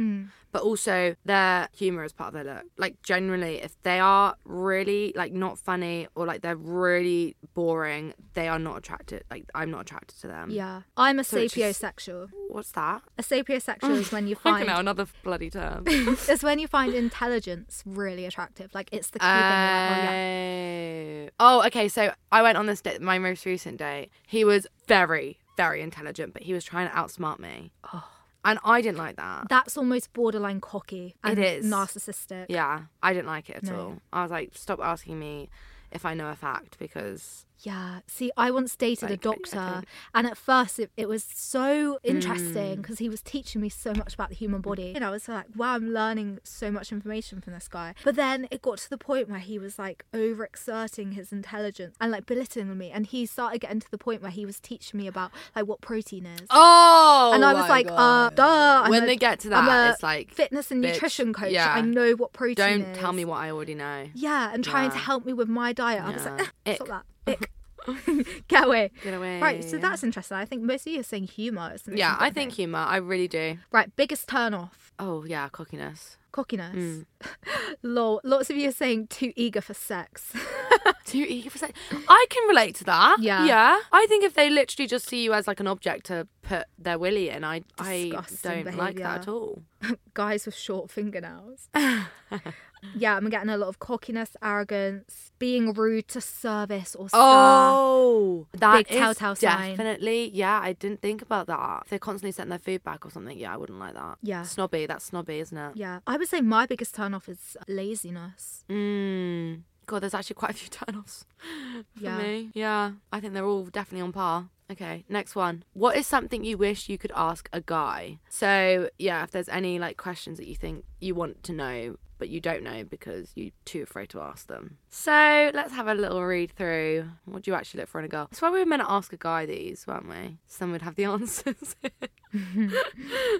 Speaker 2: but also their humor is part of their look. Like generally, if they are really like not funny or like they're really boring, they are not attracted. Like I'm not attracted to them.
Speaker 1: Yeah. I'm a
Speaker 2: So it's just-
Speaker 1: sapiosexual.
Speaker 2: What's that? Uh,
Speaker 1: A sapiosexual is
Speaker 2: [LAUGHS]
Speaker 1: when you
Speaker 2: Fucking hell,
Speaker 1: find.
Speaker 2: another bloody term.
Speaker 1: [LAUGHS] is when you find intelligence really attractive. Like, it's the key thing. you're like, oh,
Speaker 2: Uh,
Speaker 1: yeah.
Speaker 2: Oh, okay. So I went on this date, my most recent date. He was very, very intelligent, but he was trying to outsmart me.
Speaker 1: Oh.
Speaker 2: And I didn't like that.
Speaker 1: That's almost borderline cocky and
Speaker 2: It is.
Speaker 1: narcissistic.
Speaker 2: Yeah, I didn't like it at
Speaker 1: No.
Speaker 2: all. I was like, stop asking me if I know a fact because
Speaker 1: Yeah. See, I once dated a
Speaker 2: Like, I- I
Speaker 1: doctor,
Speaker 2: don't-
Speaker 1: and at first it, it was so interesting
Speaker 2: Mm.
Speaker 1: because he was teaching me so much about the human body. And I was like, wow, I'm learning so much information from this guy. But then it got to the point where he was like overexerting his intelligence and like belittling me. And he started getting to the point where he was teaching me about like what protein is.
Speaker 2: oh,
Speaker 1: and I was
Speaker 2: my
Speaker 1: like,
Speaker 2: God.
Speaker 1: uh, duh. I'm
Speaker 2: When
Speaker 1: a-
Speaker 2: they get to
Speaker 1: I'm
Speaker 2: that,
Speaker 1: a
Speaker 2: it's like,
Speaker 1: fitness and
Speaker 2: bitch,
Speaker 1: nutrition coach.
Speaker 2: yeah.
Speaker 1: I know what protein
Speaker 2: don't
Speaker 1: is.
Speaker 2: tell me what I already know.
Speaker 1: Yeah, and trying to
Speaker 2: Yeah.
Speaker 1: help me with my diet. I was
Speaker 2: Yeah.
Speaker 1: like, "Ugh,
Speaker 2: Ick.
Speaker 1: stop that. Ick. [LAUGHS] Get away.
Speaker 2: Get away.
Speaker 1: Right, so that's interesting. I think most of you are saying humour. is the most
Speaker 2: yeah. I
Speaker 1: important
Speaker 2: think
Speaker 1: thing.
Speaker 2: humor. I really do.
Speaker 1: Right, biggest turn off.
Speaker 2: Oh yeah, cockiness.
Speaker 1: Cockiness.
Speaker 2: Mm.
Speaker 1: [LAUGHS] Lol. Lots of you are saying too eager for sex. [LAUGHS]
Speaker 2: Too eager for sex. I can relate to that.
Speaker 1: Yeah.
Speaker 2: Yeah. I think if they literally just see you as like an object to put their willy in, I I
Speaker 1: Disgusting
Speaker 2: don't like that at
Speaker 1: behaviour.
Speaker 2: all.
Speaker 1: Guys with short
Speaker 2: [LAUGHS]
Speaker 1: fingernails. yeah, I'm getting a lot of cockiness, arrogance, being rude to service or staff.
Speaker 2: Oh, that
Speaker 1: Big
Speaker 2: is
Speaker 1: telltale sign.
Speaker 2: definitely. Yeah, I didn't think about that. If they're constantly sending their food back or something, yeah, I wouldn't like that.
Speaker 1: Yeah.
Speaker 2: snobby. That's snobby, isn't it?
Speaker 1: Yeah, I would say my biggest turn off is laziness.
Speaker 2: Mm. God, there's actually quite a few [LAUGHS] turn-offs for
Speaker 1: Yeah.
Speaker 2: me. Yeah, I think they're all definitely on par. Okay, next one. What is something you wish you could ask a guy? So yeah, if there's any like questions that you think you want to know but you don't know because you're too afraid to ask them. So let's have a little read through. What do you actually look for in a girl? That's why we were meant to ask a guy these, weren't we? Some would have the [LAUGHS] answers. [LAUGHS]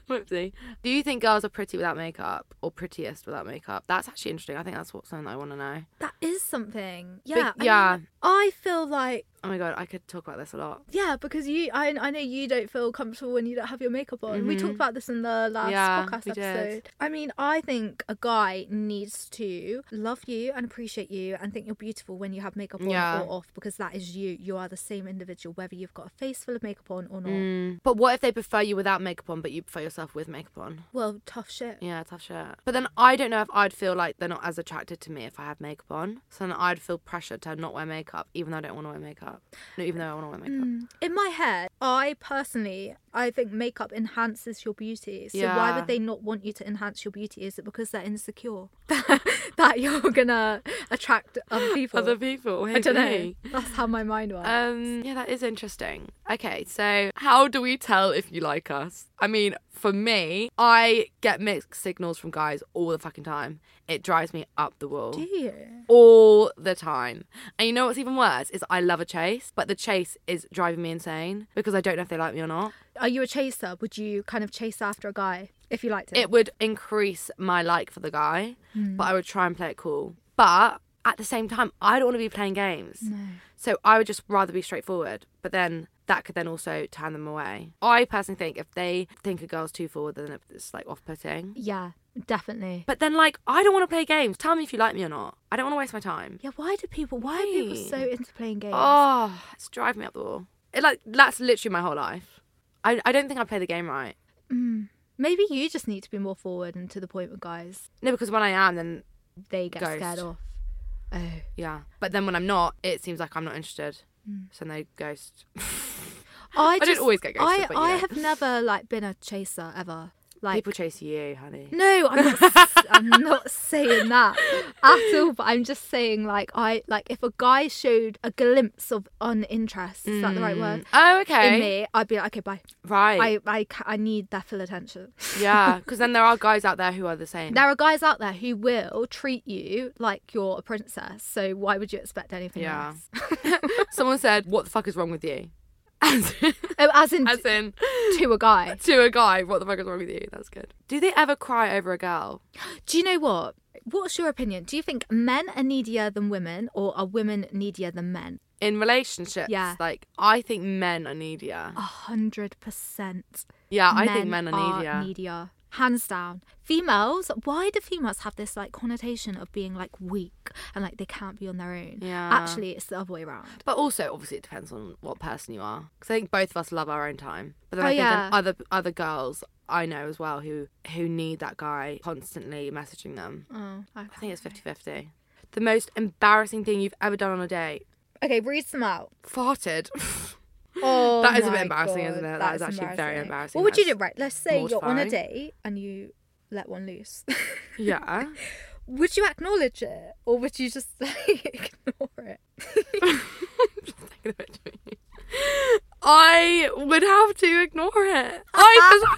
Speaker 2: Whoopsie. Do you think girls are pretty without makeup or prettiest without makeup? That's actually interesting. I think that's what something that I want to know.
Speaker 1: That is something. Yeah. I mean,
Speaker 2: yeah.
Speaker 1: I feel like
Speaker 2: Oh my god, I could talk about this a lot.
Speaker 1: yeah, because you, I, I know you don't feel comfortable when you don't have your makeup on. We talked about this in the last
Speaker 2: Mm-hmm. Yeah,
Speaker 1: podcast
Speaker 2: we
Speaker 1: episode.
Speaker 2: did.
Speaker 1: I mean, I think a guy needs to love you and appreciate you and think you're beautiful when you have makeup on
Speaker 2: Yeah.
Speaker 1: or off because that is you. You are the same individual whether you've got a face full of makeup on or not.
Speaker 2: Mm. But what if they prefer you without makeup on, but you prefer yourself with makeup on?
Speaker 1: Well, tough shit.
Speaker 2: Yeah, tough shit. But then I don't know if I'd feel like they're not as attracted to me if I have makeup on. So then I'd feel pressure to not wear makeup, even though I don't want to wear makeup. No, even though I want to wear makeup.
Speaker 1: In my head, I personally, I think makeup enhances your beauty. So why
Speaker 2: Yeah.
Speaker 1: would they not want you to enhance your beauty? Is it because they're insecure [LAUGHS] that you're gonna attract other people?
Speaker 2: Other people,
Speaker 1: I don't know.
Speaker 2: maybe.
Speaker 1: [LAUGHS] That's how my mind works.
Speaker 2: Um, yeah, that is interesting. Okay, so how do we tell if you like us? I mean, for me, I get mixed signals from guys all the fucking time. It drives me up the wall.
Speaker 1: Do you?
Speaker 2: all the time. And you know what's even worse is I love a chase, but the chase is driving me insane because I don't know if they like me or not.
Speaker 1: Are you a chaser? Would you kind of chase after a guy if you liked him?
Speaker 2: It would increase my like for the guy, but I would try and play it cool. But at the same time, I don't want to be playing games. So I would just rather be straightforward. But then that could then also turn them away. I personally think if they think a girl's too forward, then it's like off putting.
Speaker 1: yeah, definitely.
Speaker 2: But then, like, I don't want to play games. Tell me if you like me or not. I don't want to waste my time.
Speaker 1: yeah, why do people? Why are people so into playing games?
Speaker 2: Oh, it's driving me up the wall. It, like that's literally my whole life. I, I don't think I play the game right.
Speaker 1: Maybe you just need to be more forward and to the point with guys.
Speaker 2: No, because when I am, then
Speaker 1: They get
Speaker 2: Ghost.
Speaker 1: scared off. Oh.
Speaker 2: yeah. But then when I'm not, it seems like I'm not interested. So then they
Speaker 1: [LAUGHS]
Speaker 2: ghost.
Speaker 1: I,
Speaker 2: don't
Speaker 1: Mm. just-
Speaker 2: always get ghosted,
Speaker 1: I,
Speaker 2: but, you
Speaker 1: I
Speaker 2: know.
Speaker 1: have never like been a chaser ever. Like
Speaker 2: People chase you, honey.
Speaker 1: [LAUGHS] no, I'm not,
Speaker 2: [LAUGHS]
Speaker 1: s- I'm not saying that at all. But I'm just saying like I like if a guy showed a glimpse of uninterest, is that the right word?
Speaker 2: Oh, okay.
Speaker 1: In me, I'd be like, okay, bye.
Speaker 2: Right.
Speaker 1: I, I, ca- I need their full attention.
Speaker 2: yeah. Because then there are guys out there who are the
Speaker 1: [LAUGHS]
Speaker 2: same.
Speaker 1: There are guys out there who will treat you like you're a princess. So why would you expect anything
Speaker 2: Yeah.
Speaker 1: else? [LAUGHS]
Speaker 2: Someone said, "What the fuck is wrong with you?" As,
Speaker 1: Oh, As in,
Speaker 2: as in
Speaker 1: to a guy.
Speaker 2: to a guy, "What the fuck is wrong with you?" That's good. Do they ever cry over a girl?
Speaker 1: Do you know what? What's your opinion? Do you think men are needier than women, or are women needier than men?
Speaker 2: in relationships.
Speaker 1: Yeah. Oh,
Speaker 2: Like I think men are needier.
Speaker 1: A hundred percent.
Speaker 2: Yeah, I think men are
Speaker 1: are
Speaker 2: needier.
Speaker 1: needier. Hands down. Females, why do females have this like connotation of being like weak and like they can't be on their own?
Speaker 2: Yeah.
Speaker 1: Actually, it's the other way around.
Speaker 2: But also, obviously, it depends on what person you are. Because I think both of us love our own time. But then
Speaker 1: Oh,
Speaker 2: I think
Speaker 1: yeah.
Speaker 2: then other other girls I know as well who who need that guy constantly messaging them.
Speaker 1: Oh,
Speaker 2: I think it's 50-50. The most embarrassing thing you've ever done on a date.
Speaker 1: Okay, read some out.
Speaker 2: Farted. [LAUGHS]
Speaker 1: Oh,
Speaker 2: That is a bit
Speaker 1: my
Speaker 2: embarrassing, isn't it?
Speaker 1: God,
Speaker 2: That is actually very embarrassing.
Speaker 1: What would you
Speaker 2: That's
Speaker 1: do? Right, let's say you're on a
Speaker 2: mortifying.
Speaker 1: date and you let one loose. [LAUGHS]
Speaker 2: Yeah.
Speaker 1: would you acknowledge it or would you just [LAUGHS] like
Speaker 2: [LAUGHS]
Speaker 1: ignore it? [LAUGHS]
Speaker 2: Just taking a picture of you. I would have to ignore it. I,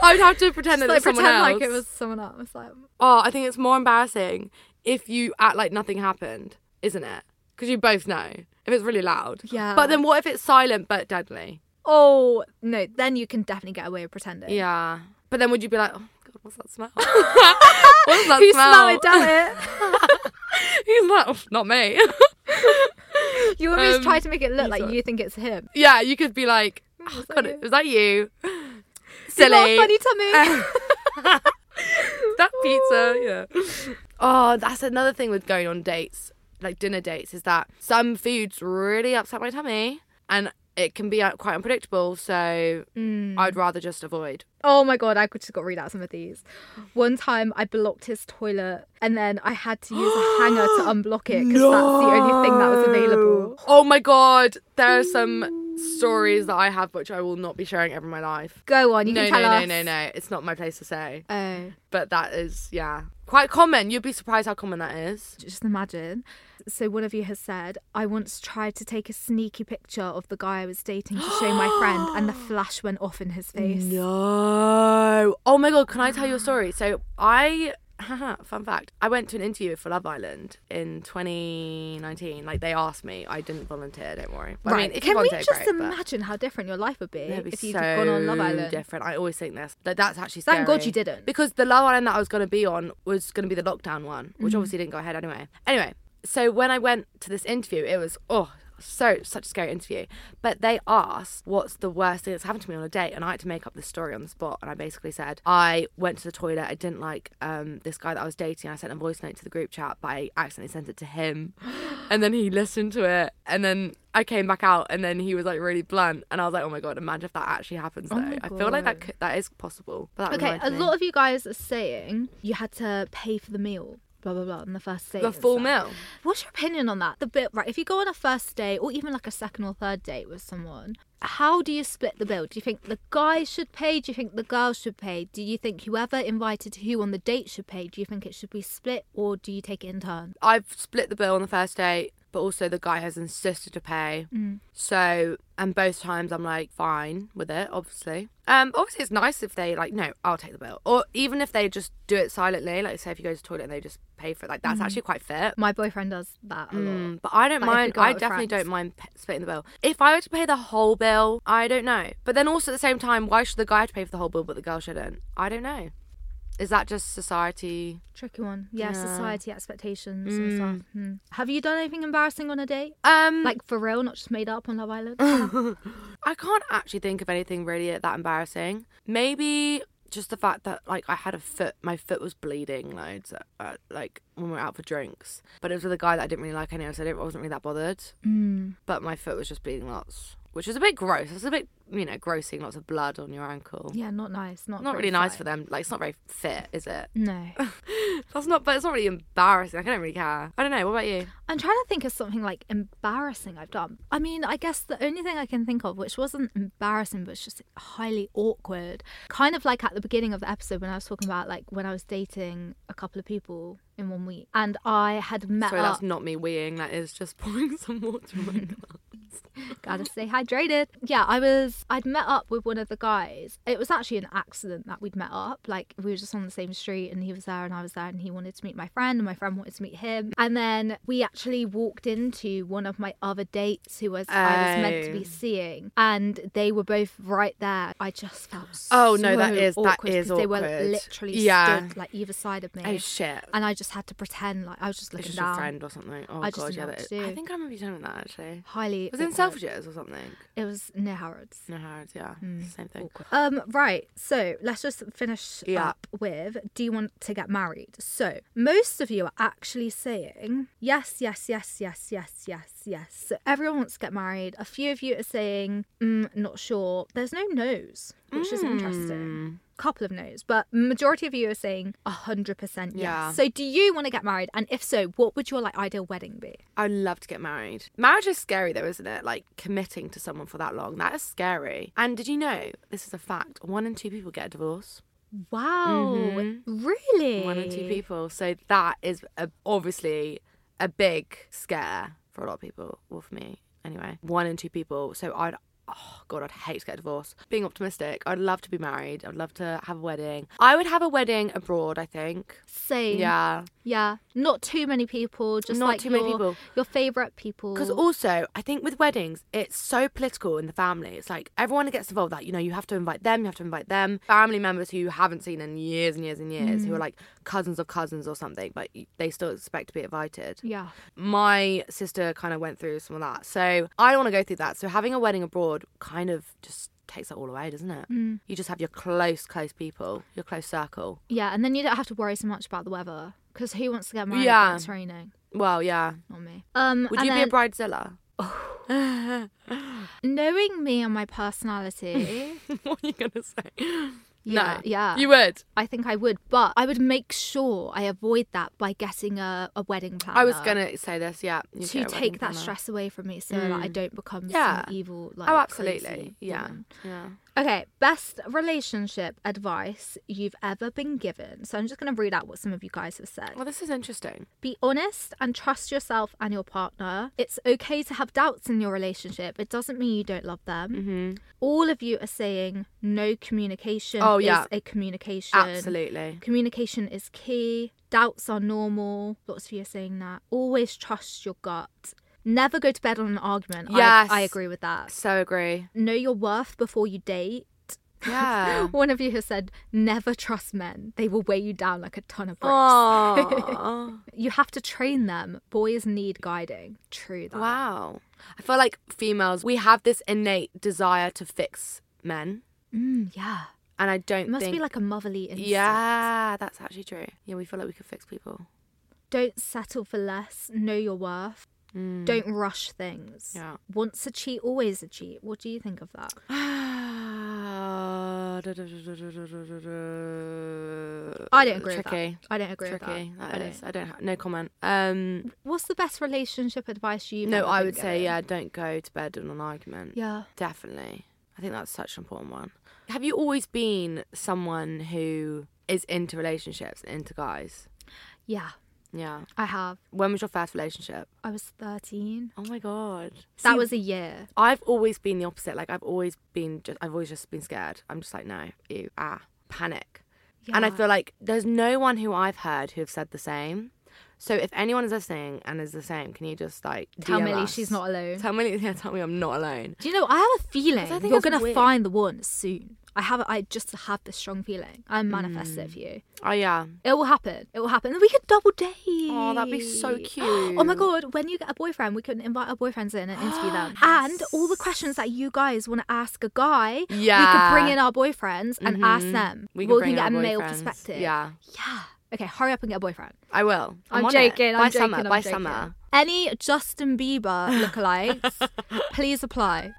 Speaker 2: I would have to
Speaker 1: Just,
Speaker 2: pretend that
Speaker 1: like
Speaker 2: it's someone
Speaker 1: pretend
Speaker 2: else.
Speaker 1: like it was someone else. It's Like,
Speaker 2: Oh, I think it's more embarrassing if you act like nothing happened, isn't it? Because you both know if it's really loud.
Speaker 1: Yeah.
Speaker 2: But then what if it's silent but deadly?
Speaker 1: oh no, then you can definitely get away with pretending.
Speaker 2: Yeah. But then would you be like, oh god, what's that smell? [LAUGHS] what's [LAUGHS] that
Speaker 1: Who
Speaker 2: smell?
Speaker 1: smelled it? Damn
Speaker 2: [LAUGHS] He's like, "Oh, not me.
Speaker 1: it! You always
Speaker 2: Um,
Speaker 1: try to make it look
Speaker 2: you
Speaker 1: like
Speaker 2: got-
Speaker 1: you think it's him.
Speaker 2: [LAUGHS] yeah, you could be like, oh god,
Speaker 1: you?"
Speaker 2: was that
Speaker 1: You
Speaker 2: you?
Speaker 1: laugh
Speaker 2: Silly.
Speaker 1: funny
Speaker 2: [LAUGHS]
Speaker 1: tummy. [LAUGHS]
Speaker 2: that pizza, yeah. Oh, that's another thing with going on dates, like dinner dates, is that some foods really upset my tummy and it can be uh, quite unpredictable. So
Speaker 1: Mm.
Speaker 2: I'd rather just avoid.
Speaker 1: Oh my god, I could just got to read out some of these. One time I blocked his toilet and then I had to use a hanger
Speaker 2: [GASPS]
Speaker 1: to unblock it because that's the only thing that was available.
Speaker 2: Oh my God, there are some stories that I have which I will not be sharing ever in my life.
Speaker 1: Go on, you
Speaker 2: No,
Speaker 1: can
Speaker 2: no,
Speaker 1: tell
Speaker 2: no,
Speaker 1: us.
Speaker 2: no, no. It's not my place to say.
Speaker 1: Oh,
Speaker 2: But that is, yeah, quite common. You'd be surprised how common that is.
Speaker 1: just imagine. So one of you has said, I once tried to take a sneaky picture of the guy I was dating to show my friend and
Speaker 2: [GASPS]
Speaker 1: the flash went off in his face.
Speaker 2: No. Oh my god, can I tell you a story? So I [LAUGHS] haha, fun fact. I went to an interview for Love Island in 2019. Like they asked me, I didn't volunteer, don't worry. But,
Speaker 1: Right.
Speaker 2: I mean, if you
Speaker 1: Can we
Speaker 2: volunteer,
Speaker 1: just
Speaker 2: great, but
Speaker 1: imagine how different your life would be,
Speaker 2: that'd be
Speaker 1: if you'd
Speaker 2: so
Speaker 1: have gone on Love Island?
Speaker 2: different. I always think this. That that's actually
Speaker 1: Thank God
Speaker 2: scary.
Speaker 1: you didn't.
Speaker 2: Because the Love Island that I was going to be on was going to be the lockdown one,
Speaker 1: Mm.
Speaker 2: which obviously didn't go ahead anyway. Anyway, so when I went to this interview, it was oh so such a scary interview. But they asked what's the worst thing that's happened to me on a date, and I had to make up this story on the spot. And I basically said I went to the toilet. I didn't like um, this guy that I was dating. I sent a voice note to the group chat, but I accidentally sent it to
Speaker 1: [GASPS]
Speaker 2: him, and then he listened to it, and then. I came back out and then he was like really blunt and I was like, oh my god, imagine if that actually happens though.
Speaker 1: Oh my
Speaker 2: I feel like that
Speaker 1: God.
Speaker 2: could, that is possible. But that
Speaker 1: Okay,
Speaker 2: annoyed
Speaker 1: a
Speaker 2: me.
Speaker 1: lot of you guys are saying you had to pay for the meal, blah blah blah, on the first date.
Speaker 2: the
Speaker 1: and
Speaker 2: full
Speaker 1: stuff.
Speaker 2: meal.
Speaker 1: What's your opinion on that? The bit right, if you go on a first date or even like a second or third date with someone, how do you split the bill? Do you think the guy should pay? Do you think the girl should pay? Do you think whoever invited who on the date should pay? Do you think it should be split or do you take it in turn?
Speaker 2: I've split the bill on the first date, but also the guy has insisted to pay.
Speaker 1: Mm.
Speaker 2: So, and both times I'm like fine with it, obviously. Um, obviously it's nice if they like, no, I'll take the bill, or even if they just do it silently, like say if you go to the toilet and they just pay for it, like that's actually quite fit.
Speaker 1: My boyfriend does that Mm. a lot.
Speaker 2: Mm, but I don't
Speaker 1: Like, if you
Speaker 2: mind.
Speaker 1: go out
Speaker 2: I
Speaker 1: with
Speaker 2: definitely
Speaker 1: friends.
Speaker 2: don't mind p- splitting the bill. If I were to pay the whole bill, I don't know. But then also at the same time, why should the guy have to pay for the whole bill but the girl shouldn't? I don't know. Is that just society?
Speaker 1: Tricky one. Yeah,
Speaker 2: Yeah. Mm.
Speaker 1: society expectations and stuff. Hmm. Have you done anything embarrassing on a date?
Speaker 2: Um,
Speaker 1: Like for real, not just made up on Love Island?
Speaker 2: [LAUGHS] I can't actually think of anything really that embarrassing. Maybe just the fact that like I had a foot, my foot was bleeding loads, uh, like when we were out for drinks. But it was with a guy that I didn't really like anyway, so I, didn't, I wasn't really that bothered.
Speaker 1: Mm.
Speaker 2: But my foot was just bleeding lots, which is a bit gross. It's a bit you know gross seeing lots of blood on your ankle.
Speaker 1: Yeah, not nice. Not
Speaker 2: not
Speaker 1: very
Speaker 2: really nice
Speaker 1: fun.
Speaker 2: for them. Like it's not very fit, is it? [LAUGHS]
Speaker 1: No.
Speaker 2: That's not. But it's not really embarrassing. Like, I don't really care. I don't know. What about you?
Speaker 1: I'm trying to think of something like embarrassing I've done. I mean, I guess the only thing I can think of, which wasn't embarrassing, but it's just highly awkward, kind of like at the beginning of the episode when I was talking about like when I was dating a couple of people in one week and I had met
Speaker 2: Sorry,
Speaker 1: up.
Speaker 2: that's not me weeing. That is just pouring [LAUGHS] some water
Speaker 1: [LAUGHS]
Speaker 2: on my glass.
Speaker 1: Gotta stay hydrated. Yeah, I was. I'd met up with one of the guys. It was actually an accident that we'd met up. Like we were just on the same street, and he was there, and I was there, and he wanted to meet my friend, and my friend wanted to meet him. And then we actually walked into one of my other dates, who was I was meant to be
Speaker 2: Oh.
Speaker 1: seeing, and they were both right there. I just felt.
Speaker 2: Oh,
Speaker 1: so
Speaker 2: no, that is- that
Speaker 1: awkward
Speaker 2: is
Speaker 1: 'cause They were
Speaker 2: awkward.
Speaker 1: literally
Speaker 2: Yeah.
Speaker 1: stood like either side of me.
Speaker 2: Oh shit.
Speaker 1: And I just had to pretend like I was just
Speaker 2: It's
Speaker 1: looking
Speaker 2: just
Speaker 1: down.
Speaker 2: your friend or something. Oh
Speaker 1: I just
Speaker 2: god,
Speaker 1: didn't
Speaker 2: yeah.
Speaker 1: know what
Speaker 2: That,
Speaker 1: to do.
Speaker 2: I think I remember you telling me that actually.
Speaker 1: Highly.
Speaker 2: Was it in
Speaker 1: awkward.
Speaker 2: Selfridges or something?
Speaker 1: It was near Harrods.
Speaker 2: No, Harrods. Yeah,
Speaker 1: Hmm.
Speaker 2: same thing.
Speaker 1: Um, right. So let's just finish
Speaker 2: Yeah.
Speaker 1: up with do you want to get married? So most of you are actually saying yes, yes, yes, yes, yes, yes, yes. So everyone wants to get married.
Speaker 2: Hmm.
Speaker 1: A few of you are saying mm, not sure. There's no no's, which is interesting. couple of no's, but majority of you are saying 100% yes.
Speaker 2: Yeah.
Speaker 1: So do you want to get married? And if so, what would your like ideal wedding be?
Speaker 2: I'd love to get married. Marriage is scary though, isn't it? Like committing to someone for that long. That is scary. And did you know, this is a fact, one in two people get a divorce.
Speaker 1: Wow.
Speaker 2: Mhm.
Speaker 1: Really?
Speaker 2: One in two people. So that is a, obviously a big scare for a lot of people. Well, for me, anyway. One in two people. So I'd, oh God, I'd hate to get a divorce. Being optimistic, I'd love to be married. I'd love to have a wedding. I would have a wedding abroad, I think.
Speaker 1: Same.
Speaker 2: Yeah.
Speaker 1: Yeah. Not too many people. Just
Speaker 2: Not
Speaker 1: like
Speaker 2: too many
Speaker 1: your-
Speaker 2: people.
Speaker 1: Your favorite people.
Speaker 2: Because also, I think with weddings, it's so political in the family. It's like everyone gets involved. That you know, you have to invite them. You have to invite them. Family members who you haven't seen in years and years and years, who are like cousins of cousins or something, but y- they still expect to be invited.
Speaker 1: Yeah.
Speaker 2: My sister kind of went through some of that, so I don't want to go through that. So having a wedding abroad kind of just takes that all away, doesn't it? Mm. You just have your close, close people, your close circle.
Speaker 1: Yeah. And then you don't have to worry so much about the weather. Because who wants to get married
Speaker 2: Yeah.
Speaker 1: when it's raining?
Speaker 2: Well, yeah.
Speaker 1: Not me. Um,
Speaker 2: Would
Speaker 1: and
Speaker 2: you
Speaker 1: then,
Speaker 2: be a
Speaker 1: [LAUGHS]
Speaker 2: bridezilla? [LAUGHS]
Speaker 1: Knowing me and my
Speaker 2: [LAUGHS]
Speaker 1: personality,
Speaker 2: what are you gonna say?
Speaker 1: Yeah,
Speaker 2: no.
Speaker 1: yeah.
Speaker 2: You would.
Speaker 1: I think I would, but I would make sure I avoid that by getting a, a wedding planner.
Speaker 2: I was gonna say this, yeah.
Speaker 1: to
Speaker 2: you get a wedding
Speaker 1: take that
Speaker 2: planner. Mm.
Speaker 1: stress away from me, so that I don't become
Speaker 2: Yeah.
Speaker 1: some evil like.
Speaker 2: Oh, absolutely,
Speaker 1: crazy
Speaker 2: yeah,
Speaker 1: woman.
Speaker 2: yeah.
Speaker 1: Okay, best relationship advice you've ever been given. So I'm just gonna read out what some of you guys have said.
Speaker 2: Well, this is interesting.
Speaker 1: Be honest and trust yourself and your partner. It's okay to have doubts in your relationship. It doesn't mean you don't love them.
Speaker 2: Mm.
Speaker 1: All of you are saying no communication
Speaker 2: Oh, yeah.
Speaker 1: is a communication.
Speaker 2: Absolutely.
Speaker 1: Communication is key. Doubts are normal. Lots of you are saying that. Always trust your gut. Never go to bed on an argument. I-
Speaker 2: Yes.
Speaker 1: I, agree with that.
Speaker 2: So
Speaker 1: [LAUGHS]
Speaker 2: agree.
Speaker 1: Know your worth before you date.
Speaker 2: Yeah.
Speaker 1: One of you has said, never trust men. They will weigh you down like a ton of bricks.
Speaker 2: [LAUGHS] Oh.
Speaker 1: [LAUGHS] You have to train them. Boys need guiding. True that.
Speaker 2: wow. I feel like females, we have this innate desire to fix men,
Speaker 1: Mm, yeah.
Speaker 2: and I don't
Speaker 1: It must
Speaker 2: think.
Speaker 1: be like a motherly instinct.
Speaker 2: yeah, that's actually true. Yeah, we feel like we could fix people. [SIGHS]
Speaker 1: Don't settle for less. Know your worth. Don't rush things.
Speaker 2: Mm. Yeah.
Speaker 1: Once a cheat, always a cheat. What do you think of that? [SIGHS] I
Speaker 2: I
Speaker 1: don't agree
Speaker 2: Tricky.
Speaker 1: with that. I don't agree
Speaker 2: Tricky.
Speaker 1: with that. I
Speaker 2: that
Speaker 1: don't.
Speaker 2: is. I don't. ha- no comment. Um,
Speaker 1: What's the best relationship advice you've
Speaker 2: No,
Speaker 1: ever
Speaker 2: I
Speaker 1: been
Speaker 2: would say,
Speaker 1: given?
Speaker 2: yeah, don't go to bed on an argument.
Speaker 1: Yeah.
Speaker 2: Definitely. I think that's such an important one. Have you always been someone who is into relationships, into guys?
Speaker 1: Yeah,
Speaker 2: Yeah.
Speaker 1: I have.
Speaker 2: When was your first relationship?
Speaker 1: I was 13.
Speaker 2: Oh my God.
Speaker 1: that
Speaker 2: See,
Speaker 1: was a year.
Speaker 2: I've always been the opposite. Like, I've always been just, I've always just been scared. I'm just like, no, ew, ah, panic. And I
Speaker 1: Yeah.
Speaker 2: feel like there's no one who I've heard who have said the same. So if anyone is listening and is the same, can you just like
Speaker 1: Tell
Speaker 2: DM
Speaker 1: Millie
Speaker 2: us?
Speaker 1: she's not alone.
Speaker 2: Tell Millie, [LAUGHS] yeah, tell me I'm not alone.
Speaker 1: Do you know? I have a feeling
Speaker 2: Because I think
Speaker 1: you're
Speaker 2: that's
Speaker 1: gonna
Speaker 2: weird.
Speaker 1: find the one soon. I have. I just have this strong feeling. I manifest it for you.
Speaker 2: Oh yeah,
Speaker 1: It will happen. It will happen. And we could double date.
Speaker 2: Oh, that'd be
Speaker 1: [GASPS]
Speaker 2: so
Speaker 1: oh my
Speaker 2: cute.
Speaker 1: god! When you get a boyfriend, we can invite our boyfriends in and interview
Speaker 2: [GASPS]
Speaker 1: them. And all the questions that you guys want to ask a guy,
Speaker 2: Yeah.
Speaker 1: we could bring in our boyfriends and ask
Speaker 2: Mhm.
Speaker 1: them.
Speaker 2: We can
Speaker 1: Well,
Speaker 2: bring
Speaker 1: get a
Speaker 2: in our
Speaker 1: male
Speaker 2: boyfriends.
Speaker 1: perspective.
Speaker 2: Yeah.
Speaker 1: Yeah. Okay, hurry up and get a boyfriend.
Speaker 2: I will.
Speaker 1: I'm,
Speaker 2: on it.
Speaker 1: joking. I'm
Speaker 2: by
Speaker 1: joking.
Speaker 2: summer.
Speaker 1: I'm
Speaker 2: by
Speaker 1: joking.
Speaker 2: summer.
Speaker 1: Any Justin Bieber
Speaker 2: [LAUGHS]
Speaker 1: lookalikes, please apply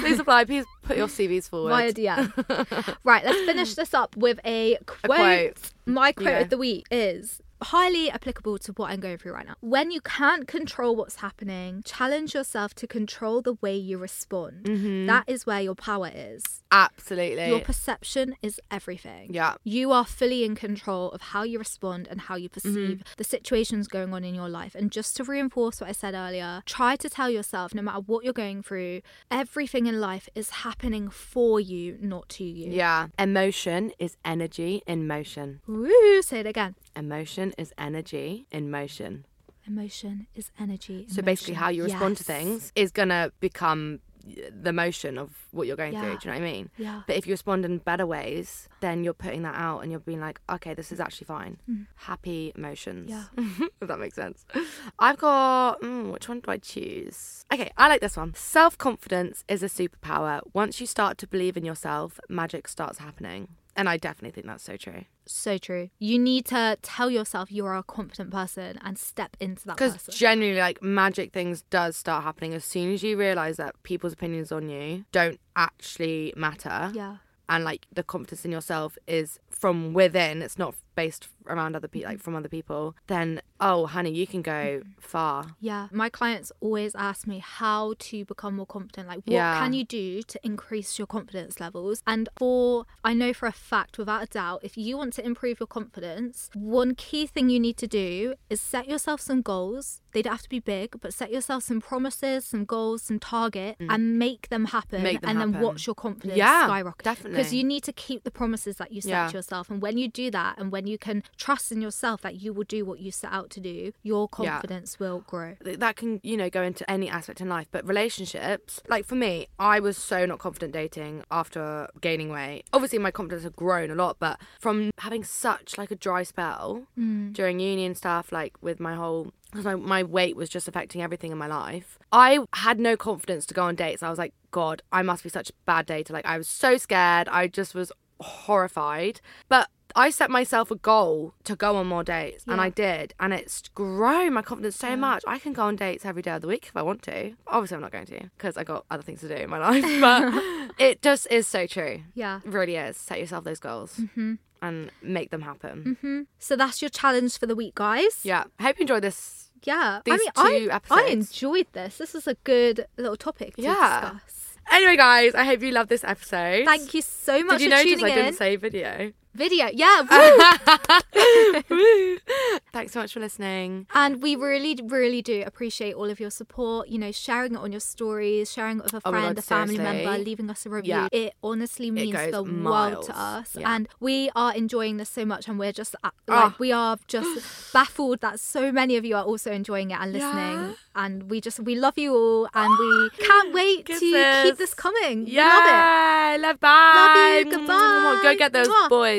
Speaker 2: Please apply. Please put your CVs forward.
Speaker 1: via DM. [LAUGHS] right, let's
Speaker 2: [LAUGHS]
Speaker 1: finish this up with a quote.
Speaker 2: quote.
Speaker 1: My quote
Speaker 2: Yeah.
Speaker 1: of the week is highly applicable to what I'm going through right now. When you can't control what's happening, challenge yourself to control the way you respond.
Speaker 2: Mm-hmm.
Speaker 1: That is where your power is.
Speaker 2: Absolutely.
Speaker 1: Your perception is everything.
Speaker 2: Yeah.
Speaker 1: You are fully in control of how you respond and how you
Speaker 2: Mm-hmm.
Speaker 1: perceive the situations going on in your life. And just to reinforce what I said earlier, try to tell yourself no matter what you're going through, everything in life is happening for you, not to you.
Speaker 2: yeah. Emotion is energy in motion.
Speaker 1: Woo, say it again.
Speaker 2: Emotion is energy in motion.
Speaker 1: Emotion is energy. in
Speaker 2: So basically,
Speaker 1: motion.
Speaker 2: how you respond to
Speaker 1: Yes.
Speaker 2: things is gonna become uh, the motion of what you're going
Speaker 1: Yeah.
Speaker 2: through. Do you know what I mean?
Speaker 1: Yeah.
Speaker 2: But if you respond in better ways, then you're putting that out and you're being like, okay, this is actually fine. Happy emotions.
Speaker 1: Mm. Yeah.
Speaker 2: [LAUGHS] if that makes sense. I've got, mm, which one do I choose? Okay, I like this one. Self confidence is a superpower. Once you start to believe in yourself, magic starts happening. And I definitely think that's so true.
Speaker 1: So true. You need to tell yourself you are a confident person and step into that
Speaker 2: Because
Speaker 1: person.
Speaker 2: generally, like magic things does start happening as soon as you realize that people's opinions on you don't actually matter.
Speaker 1: yeah.
Speaker 2: and like the confidence in yourself is from within, it's not based around other people,
Speaker 1: Mm-hmm.
Speaker 2: like from other people, then oh, honey, you can go far.
Speaker 1: Yeah. My clients always ask me how to become more confident. Like, what
Speaker 2: Yeah.
Speaker 1: can you do to increase your confidence levels? And for, I know for a fact, without a doubt, if you want to improve your confidence, one key thing you need to do is set yourself some goals. They don't have to be big, but set yourself some promises, some goals, some target, and make them happen.
Speaker 2: Mm. Make them
Speaker 1: and then
Speaker 2: happen.
Speaker 1: watch your confidence
Speaker 2: Yeah,
Speaker 1: skyrocket. Because
Speaker 2: definitely.
Speaker 1: you need to keep the promises that you set
Speaker 2: Yeah.
Speaker 1: to yourself. And when you do that, and when you can trust in yourself that you will do what you set out to do, your
Speaker 2: Yeah.
Speaker 1: confidence will grow.
Speaker 2: Th- that can you know go into any aspect in life but relationships like for me i was so not confident dating after gaining weight obviously my confidence had grown a lot but from having such like a dry spell
Speaker 1: Mm.
Speaker 2: during uni and stuff like with my whole because my, my weight was just affecting everything in my life i had no confidence to go on dates i was like god i must be such a bad dater like i was so scared i just was horrified but I set myself a goal to go on more dates, and
Speaker 1: Yeah.
Speaker 2: I did, and it's grown my confidence so much. I can go on dates every day of the week if I want to. Obviously, I'm not going to because I got other things to do in my
Speaker 1: [LAUGHS]
Speaker 2: life. But it just is so true.
Speaker 1: Yeah. Mm-hmm.
Speaker 2: It really is. Set yourself those goals and make them happen.
Speaker 1: So that's your challenge for the week, guys.
Speaker 2: Yeah. I hope you enjoyed this.
Speaker 1: Yeah.
Speaker 2: These
Speaker 1: I mean,
Speaker 2: two
Speaker 1: I,
Speaker 2: episodes.
Speaker 1: I enjoyed this. This is a good little topic to
Speaker 2: Yeah.
Speaker 1: discuss.
Speaker 2: Anyway, guys, I hope you love this episode.
Speaker 1: Thank you so much
Speaker 2: Did you
Speaker 1: for
Speaker 2: notice
Speaker 1: tuning
Speaker 2: I
Speaker 1: in.
Speaker 2: didn't say video?
Speaker 1: Video.
Speaker 2: [LAUGHS]
Speaker 1: Yeah. woo.
Speaker 2: Woo. Thanks so much for listening.
Speaker 1: and we really, really do appreciate all of your support. You know, sharing it on your stories, sharing it with a
Speaker 2: Oh my
Speaker 1: friend, a
Speaker 2: God,
Speaker 1: family
Speaker 2: seriously.
Speaker 1: member, leaving us a review.
Speaker 2: Yeah.
Speaker 1: It honestly means
Speaker 2: goes
Speaker 1: the world
Speaker 2: miles.
Speaker 1: to us.
Speaker 2: Yeah.
Speaker 1: And we are enjoying this so much. And we're just uh,
Speaker 2: Ah.
Speaker 1: like, we are
Speaker 2: [GASPS]
Speaker 1: just baffled that so many of you are also enjoying it and listening. And we just, we love you all. And
Speaker 2: [GASPS]
Speaker 1: we can't wait to keep
Speaker 2: Kisses.
Speaker 1: this coming. We Love it.
Speaker 2: Yeah, love it. Bye.
Speaker 1: Love you. Goodbye.
Speaker 2: Go get those
Speaker 1: Mwah.
Speaker 2: boys.